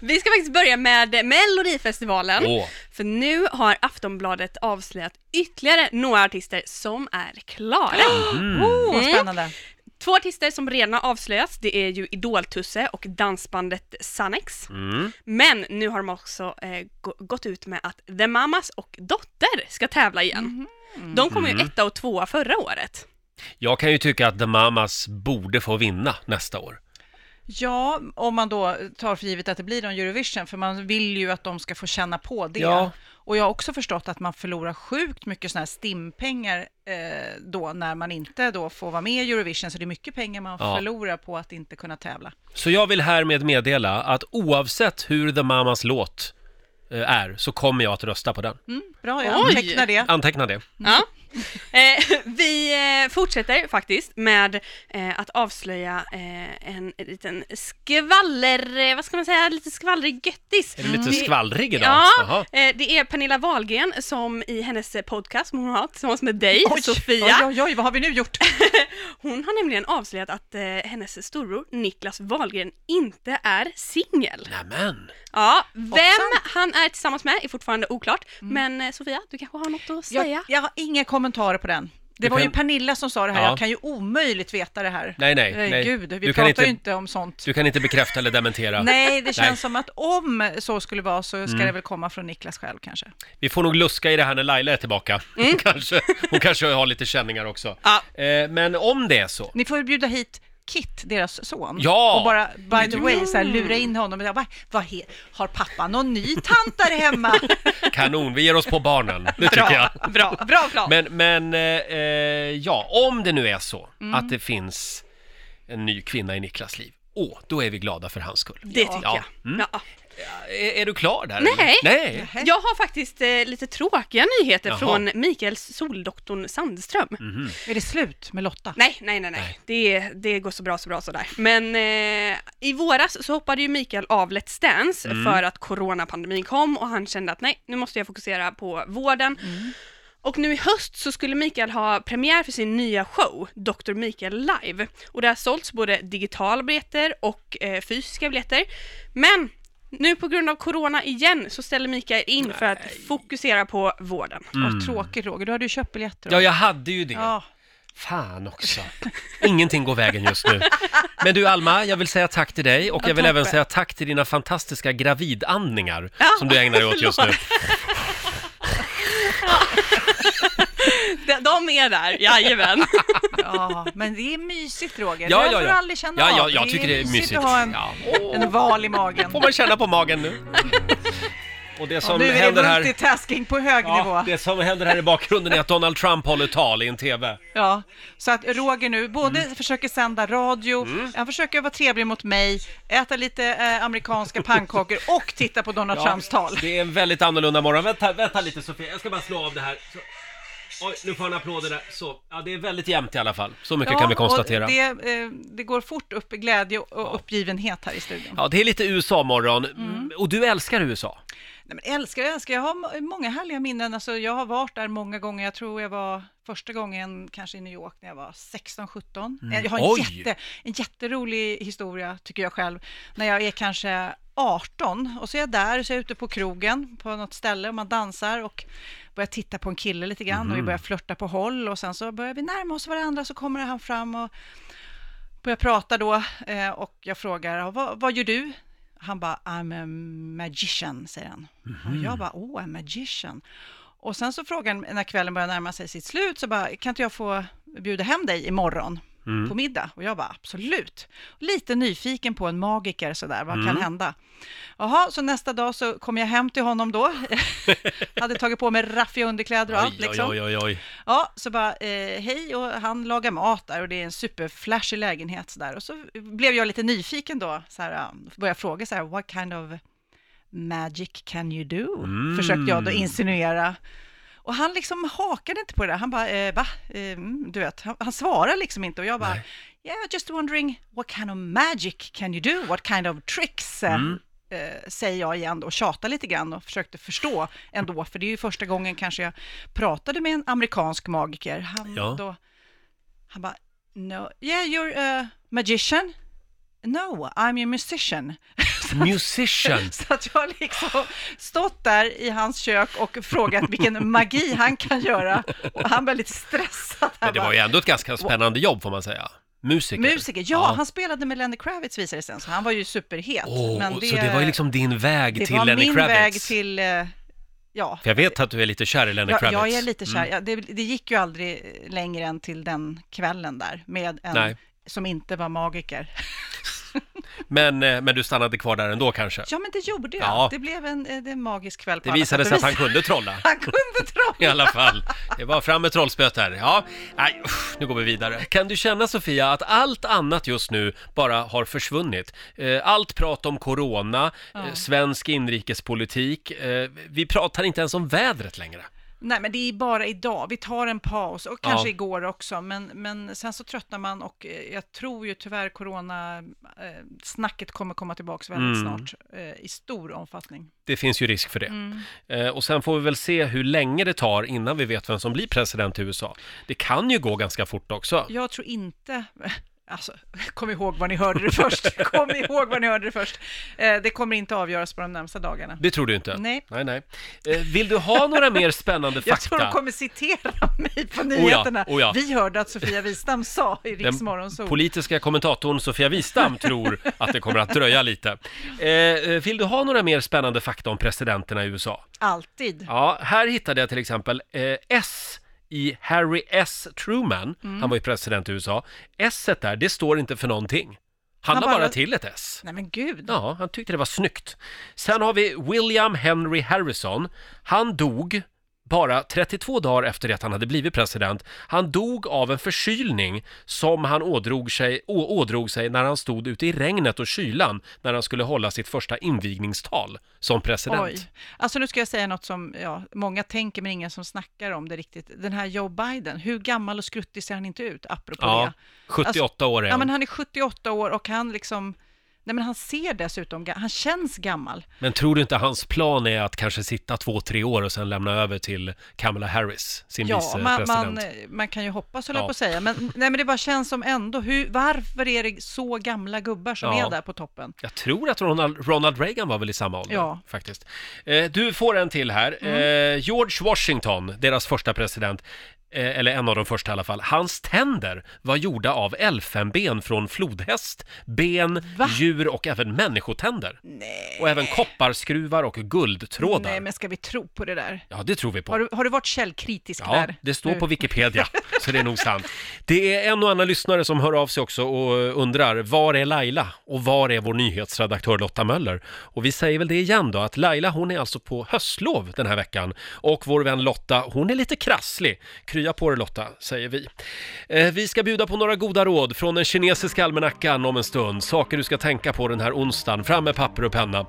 Speaker 8: Vi ska faktiskt börja med Melodifestivalen.
Speaker 1: Åh.
Speaker 8: För nu har Aftonbladet avslöjat ytterligare några artister som är klara.
Speaker 7: Åh,
Speaker 8: Mm.
Speaker 7: Oh, spännande.
Speaker 8: Två artister som redan har avslöjats, det är ju Idoltusse och dansbandet Sannex.
Speaker 1: Mm.
Speaker 8: Men nu har de också eh, gå- gått ut med att The Mamas och Dotter ska tävla igen.
Speaker 6: Mm-hmm.
Speaker 8: De kom ju etta och tvåa förra året.
Speaker 1: Jag kan ju tycka att The Mamas borde få vinna nästa år.
Speaker 7: Ja, om man då tar för givet att det blir någon Eurovision, för man vill ju att de ska få känna på det.
Speaker 1: Ja.
Speaker 7: Och jag har också förstått att man förlorar sjukt mycket sådana här stimpengar eh, då när man inte då får vara med i Eurovision, så det är mycket pengar man
Speaker 1: Ja.
Speaker 7: förlorar på att inte kunna tävla.
Speaker 1: Så jag vill härmed meddela att oavsett hur The Mamas låt eh, är så kommer jag att rösta på den.
Speaker 7: Bra, jag
Speaker 8: Oj!
Speaker 7: antecknar det.
Speaker 1: Anteckna det.
Speaker 8: Ja. Eh, vi eh, fortsätter faktiskt med eh, att avslöja eh, en liten skvaller, eh, vad ska man säga, lite skvallrig göttis. Mm.
Speaker 1: Är du lite skvallrig idag?
Speaker 8: Ja,
Speaker 1: Jaha.
Speaker 8: eh, det är Pernilla Wahlgren som i hennes eh, podcast som hon har tillsammans med dig, Sofia,
Speaker 7: Oj, oj, oj, vad har vi nu gjort?
Speaker 8: hon har nämligen avslöjat att eh, hennes storbror Niklas Wahlgren inte är singel.
Speaker 1: Nämen!
Speaker 8: Ja, vem
Speaker 7: Hoppsan.
Speaker 8: han är tillsammans med är fortfarande oklart,
Speaker 1: Mm.
Speaker 8: men eh, Sofia, du kanske har något att säga?
Speaker 7: Jag, jag har inga kommentarer på den. Det
Speaker 1: Du
Speaker 7: var ju
Speaker 1: kan-
Speaker 7: Pernilla som sa det här,
Speaker 1: Ja.
Speaker 7: jag kan ju omöjligt veta det här.
Speaker 1: Nej, nej, nej.
Speaker 7: Gud, vi
Speaker 1: Du kan
Speaker 7: pratar
Speaker 1: inte-
Speaker 7: ju inte om sånt.
Speaker 1: Du kan inte bekräfta eller dementera.
Speaker 7: Nej, det känns
Speaker 1: Nej. Mm.
Speaker 7: som att om så skulle vara så ska det väl komma från Niklas själv kanske.
Speaker 1: Vi får nog luska i det här när Laila är tillbaka. kanske. Hon kanske har lite känningar också.
Speaker 8: Mm. Ja.
Speaker 1: Eh, men om det är så.
Speaker 7: Ni får ju bjuda hit Kit, deras son,
Speaker 1: Ja!
Speaker 7: och bara by the way så här, lura in honom. Och säga, Va, vad he- har pappa någon ny tant där hemma?
Speaker 1: Kanon, vi ger oss på barnen. Det tycker jag.
Speaker 8: Bra, bra, bra plan.
Speaker 1: Men, men eh, eh, ja, om det nu är så
Speaker 8: Mm.
Speaker 1: att det finns en ny kvinna i Niklas liv, åh, då är vi glada för hans skull.
Speaker 8: det tycker
Speaker 1: Ja. Mm.
Speaker 8: jag. Ja.
Speaker 1: Är, är du klar där?
Speaker 8: Nej.
Speaker 1: eller? Nej!
Speaker 7: Hä?
Speaker 8: Jag har faktiskt eh, lite tråkiga nyheter
Speaker 1: Jaha.
Speaker 8: från Mikael Soldoktorn Sandström.
Speaker 7: Är det slut med Lotta?
Speaker 8: Nej, nej, nej, nej. Det, det går så bra, så bra sådär. Men eh, i våras så hoppade ju Mikael av Let's Dance för att coronapandemin kom och han kände att nej, nu måste jag fokusera på vården. Och nu i höst så skulle Mikael ha premiär för sin nya show, Dr. Mikael Live. Och det har sålts både digitala biljetter och eh, fysiska biljetter. Men nu på grund av corona igen så ställer Mikael in för att fokusera på vården.
Speaker 7: Vad tråkigt Roger, du hade ju köpt biljetter.
Speaker 1: Mm. Ja, jag hade ju det.
Speaker 7: Ja.
Speaker 1: Fan också. Ingenting går vägen just nu. Men du Alma, jag vill säga tack till dig och jag vill
Speaker 8: tack
Speaker 1: även
Speaker 8: själv.
Speaker 1: säga tack till dina fantastiska gravidandningar
Speaker 8: Ja,
Speaker 1: som du ägnar dig åt just nu.
Speaker 8: De, de är där, jajamän.
Speaker 7: ja, men det är mysigt Roger,
Speaker 1: Ja,
Speaker 7: det där
Speaker 1: ja,
Speaker 7: får
Speaker 1: ja.
Speaker 7: du aldrig känna
Speaker 1: ja,
Speaker 7: av.
Speaker 1: ja, jag tycker det är mysigt.
Speaker 7: att ha en,
Speaker 1: Ja.
Speaker 7: en val i magen.
Speaker 1: Får man känna på magen nu? Och det
Speaker 7: Ja,
Speaker 1: som
Speaker 7: nu är
Speaker 1: händer
Speaker 7: det
Speaker 1: här...
Speaker 7: multitasking på hög
Speaker 1: Ja,
Speaker 7: nivå.
Speaker 1: det som händer här i bakgrunden är att Donald Trump håller tal i en TV.
Speaker 7: Ja, så att Roger nu både
Speaker 1: Mm.
Speaker 7: försöker sända radio, han försöker vara trevlig mot mig, äta lite eh, amerikanska pannkakor och titta på Donald Trumps tal.
Speaker 1: Det är en väldigt annorlunda morgon. Vänta, vänta lite Sofia, jag ska bara slå av det här. Så. Oj, nu får han applåder där. Så. Ja, det är väldigt jämnt i alla fall. Så mycket
Speaker 7: Ja,
Speaker 1: kan vi
Speaker 7: och
Speaker 1: konstatera.
Speaker 7: Det, eh, det går fort upp i glädje och och uppgivenhet här i studion.
Speaker 1: Ja, det är lite USA-morgon.
Speaker 7: Mm.
Speaker 1: Och du älskar USA.
Speaker 7: Nej, men älskar och älskar, jag har må- många härliga minnen. Alltså, jag har varit där många gånger. Jag tror jag var första gången kanske i New York när jag var 16-17. Jag har en,
Speaker 1: Oj!
Speaker 7: jätte, en jätterolig historia, tycker jag själv, när jag är kanske 18 och så är jag där, så är jag ute på krogen på något ställe och man dansar och börjar titta på en kille lite grann och vi börjar flörta på håll och sen så börjar vi närma oss varandra så kommer han fram och börjar prata då eh, och jag frågar, "Ja, vad, vad gör du? Han bara, I'm a magician, säger han.
Speaker 1: Mhm.
Speaker 7: Och jag bara, oh, a magician. Och sen så frågar han, när kvällen börjar närma sig sitt slut, så bara, kan inte jag få bjuda hem dig imorgon
Speaker 1: Mm.
Speaker 7: på middag? Och jag bara, absolut. Lite nyfiken på en magiker sådär, vad
Speaker 1: Mm.
Speaker 7: kan hända? Jaha, så nästa dag så kom jag hem till honom då. Hade tagit på mig raffiga underkläder och allt
Speaker 1: Oj, oj,
Speaker 7: liksom.
Speaker 1: oj, oj, oj.
Speaker 7: Ja, så bara eh, hej och han lagar mat där och det är en superflashig lägenhet så där. Och så blev jag lite nyfiken då, så här, ja, började fråga så här, what kind of magic can you do? Försökte jag då insinuera. Och han liksom hakade inte på det där, han bara, eh, va? Eh, mm, du vet, han, han svarar liksom inte och jag bara, yeah, just wondering, what kind of magic can you do? What kind of tricks? eh,
Speaker 1: Mm.
Speaker 7: eh, säger jag igen då, och tjatar lite grann och försökte förstå ändå, för det är ju första gången kanske jag pratade med en amerikansk magiker. Han,
Speaker 1: Ja.
Speaker 7: då, han bara, no, yeah you're a magician? No, I'm a musician.
Speaker 1: Musician.
Speaker 7: Så att jag har liksom stått där i hans kök och frågat vilken magi han kan göra. Och han var lite stressad. Han
Speaker 1: Men det
Speaker 7: bara,
Speaker 1: var ju ändå ett ganska spännande jobb får man säga. Musiker.
Speaker 7: Musiker, ja, han spelade med Lenny Kravitz visade det sen, så han var ju superhet.
Speaker 1: Åh, Så det var ju liksom din väg
Speaker 7: det
Speaker 1: till
Speaker 7: var
Speaker 1: Lenny
Speaker 7: min
Speaker 1: Kravitz.
Speaker 7: väg till, eh, ja,
Speaker 1: För jag vet att du är lite kär i Lenny
Speaker 7: jag,
Speaker 1: Kravitz. Mm.
Speaker 7: jag är lite kär. Ja, det, det gick ju aldrig längre än till den kvällen där med en
Speaker 1: Nej.
Speaker 7: som inte var magiker.
Speaker 1: Men, eh, men du stannade kvar där ändå kanske?
Speaker 7: Ja, men det gjorde jag.
Speaker 1: Ja.
Speaker 7: Det blev en, eh, det är en magisk kväll på
Speaker 1: Det
Speaker 7: alla
Speaker 1: visade
Speaker 7: sätt
Speaker 1: sig
Speaker 7: och
Speaker 1: att han
Speaker 7: vis.
Speaker 1: kunde trolla.
Speaker 7: Han kunde trolla.
Speaker 1: i alla fall. Det var fram med trollspöet här. Ja, nej, uff, nu går vi vidare. Kan du känna Sofia att allt annat just nu bara har försvunnit? Eh, Allt prat om corona, eh, svensk inrikespolitik. eh, Vi pratar inte ens om vädret längre.
Speaker 7: Nej, men det är bara idag. Vi tar en paus och
Speaker 1: Ja.
Speaker 7: kanske igår också, men, men sen så tröttnar man och eh, jag tror ju tyvärr corona-snacket kommer komma tillbaka väldigt
Speaker 1: Mm.
Speaker 7: snart eh, i stor omfattning.
Speaker 1: Det finns ju risk för det.
Speaker 7: Mm.
Speaker 1: Eh, Och sen får vi väl se hur länge det tar innan vi vet vem som blir president i USA. Det kan ju gå ganska fort också.
Speaker 7: Jag tror inte... Alltså, kom ihåg var ni hörde det först. Kom ihåg var ni hörde det först. Eh, det kommer inte avgöras på de närmsta dagarna.
Speaker 1: Det tror du inte?
Speaker 7: Nej.
Speaker 1: Nej, nej. Eh, Vill du ha några mer spännande fakta?
Speaker 7: Jag tror de kommer citera mig på nyheterna.
Speaker 1: oh ja.
Speaker 7: Vi hörde att Sofia Wistam sa i Riks
Speaker 1: Den
Speaker 7: Morgonzoo.
Speaker 1: politiska kommentatorn Sofia Wistam tror att det kommer att dröja lite. Eh, Eh, vill du ha några mer spännande fakta om presidenterna i USA?
Speaker 7: Alltid.
Speaker 1: Ja, här hittade jag till exempel eh, S i Harry S. Truman, han var ju president i USA. S där, det står inte för någonting. Han,
Speaker 7: Han
Speaker 1: la bara
Speaker 7: bara-
Speaker 1: till ett S.
Speaker 7: Nej men gud.
Speaker 1: Ja, han tyckte det var snyggt. Sen har vi William Henry Harrison. Han dog bara 32 dagar efter det att han hade blivit president. Han dog av en förkylning som han ådrog sig, å, ådrog sig när han stod ute i regnet och kylan när han skulle hålla sitt första invigningstal som president.
Speaker 7: Oj. Alltså nu ska jag säga något som ja, många tänker men ingen som snackar om det riktigt. Den här Joe Biden, hur gammal och skruttig ser han inte ut apropå
Speaker 1: Ja,
Speaker 7: det? Alltså,
Speaker 1: 78 år är
Speaker 7: Ja, men
Speaker 1: han.
Speaker 7: han är 78 år och han liksom, nej men han ser dessutom, ga- han känns gammal.
Speaker 1: Men tror du inte hans plan är att kanske sitta två, tre år och sen lämna över till Kamala Harris, sin
Speaker 7: Ja, man,
Speaker 1: vicepresident?
Speaker 7: man, man kan ju hoppas höll
Speaker 1: Ja.
Speaker 7: jag på att säga, men, nej, men det bara känns som ändå, hur, varför är det så gamla gubbar som
Speaker 1: Ja.
Speaker 7: är där på toppen?
Speaker 1: Jag tror att Ronald, Ronald Reagan var väl i samma ålder
Speaker 7: Ja. Mm.
Speaker 1: faktiskt. Eh, du får en till här. Eh, George Washington, deras första president. eh, eller en av de första i alla fall, hans tänder var gjorda av elfenben från flodhäst, ben, djur och även människotänder.
Speaker 7: Nej.
Speaker 1: Och även kopparskruvar och guldtrådar.
Speaker 7: Nej, men ska vi tro på det där?
Speaker 1: Ja, det tror vi på.
Speaker 7: Har du, har du varit källkritisk
Speaker 1: Ja,
Speaker 7: där?
Speaker 1: det står
Speaker 7: Nu.
Speaker 1: på Wikipedia, så det är nog sant. Det är en och annan lyssnare som hör av sig också och undrar, var är Laila? Och var är vår nyhetsredaktör Lotta Möller? Och vi säger väl det igen då, att Laila hon är alltså på höstlov den här veckan. Och vår vän Lotta, hon är lite krasslig. Krya på dig Lotta, säger vi. Eh, Vi ska bjuda på några goda råd från den kinesiska almanackan om en stund. Saker du ska tänka på den här onsdagen. Fram med papper och penna.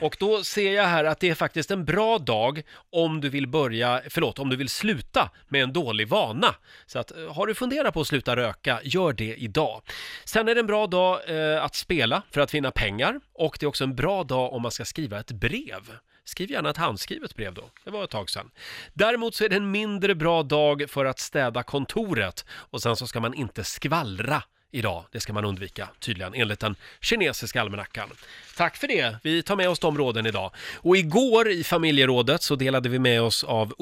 Speaker 1: Och då ser jag här att det är faktiskt en bra dag om du vill börja, förlåt, om du vill sluta med en dålig vana. Så att eh, har du funderat på att sluta röka, gör det idag. Sen är det en bra dag eh, att spela för att vinna pengar och det är också en bra dag om man ska skriva ett brev. Skriv gärna ett handskrivet brev då, det var ett tag sedan. Däremot så är det en mindre bra dag för att städa kontoret och sen så ska man inte skvallra idag. Det ska man undvika tydligen enligt den kinesiska almanackan. Tack för det. Vi tar med oss de råden idag. Och igår i familjerådet så delade vi med oss av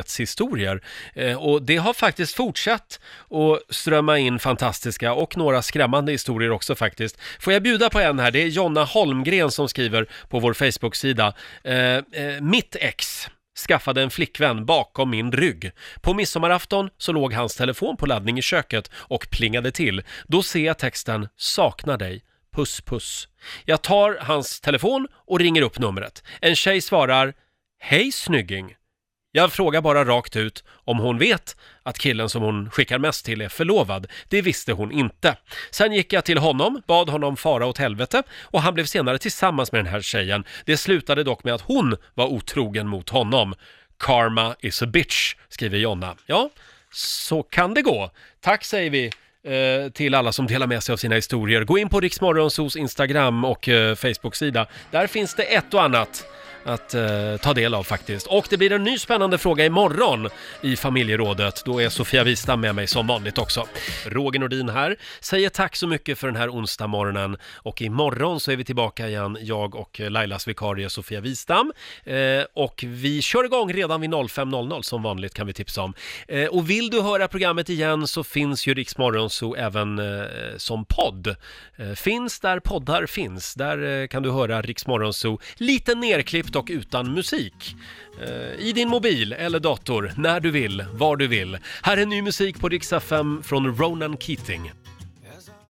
Speaker 1: otrohetshistorier Eh, och det har faktiskt fortsatt att strömma in fantastiska och några skrämmande historier också faktiskt. Får jag bjuda på en här? Det är Jonna Holmgren som skriver på vår Facebook-sida. Eh, eh, mitt ex skaffade en flickvän bakom min rygg. På midsommarafton så låg hans telefon på laddning i köket och plingade till. Då ser jag texten “Saknar dig, puss puss”. Jag tar hans telefon och ringer upp numret. En tjej svarar “Hej snygging”. Jag frågar bara rakt ut om hon vet att killen som hon skickar mest till är förlovad. Det visste hon inte. Sen gick jag till honom, bad honom fara åt helvete och han blev senare tillsammans med den här tjejen. Det slutade dock med att hon var otrogen mot honom. Karma is a bitch, skriver Jonna. Ja, så kan det gå. Tack säger vi eh, till alla som delar med sig av sina historier. Gå in på Riksmorgonsos Instagram och eh, Facebook-sida. Där finns det ett och annat att eh, ta del av faktiskt. Och det blir en ny spännande fråga imorgon i familjerådet. Då är Sofia Wistam med mig som vanligt också. Roger Nordin här. Säger tack så mycket för den här onsdag morgonen. Och imorgon så är vi tillbaka igen, jag och eh, Lailas vikarie Sofia Wistam. Eh, och vi kör igång redan vid 05.00 som vanligt kan vi tipsa om. Eh, och vill du höra programmet igen så finns ju Riksmorgon så även eh, som podd. Eh, finns där poddar finns. Där eh, kan du höra Riksmorgon så lite nerklippt och utan musik. Eh, I din mobil eller dator, när du vill, var du vill. Här är ny musik på Rix FM från Ronan Keating.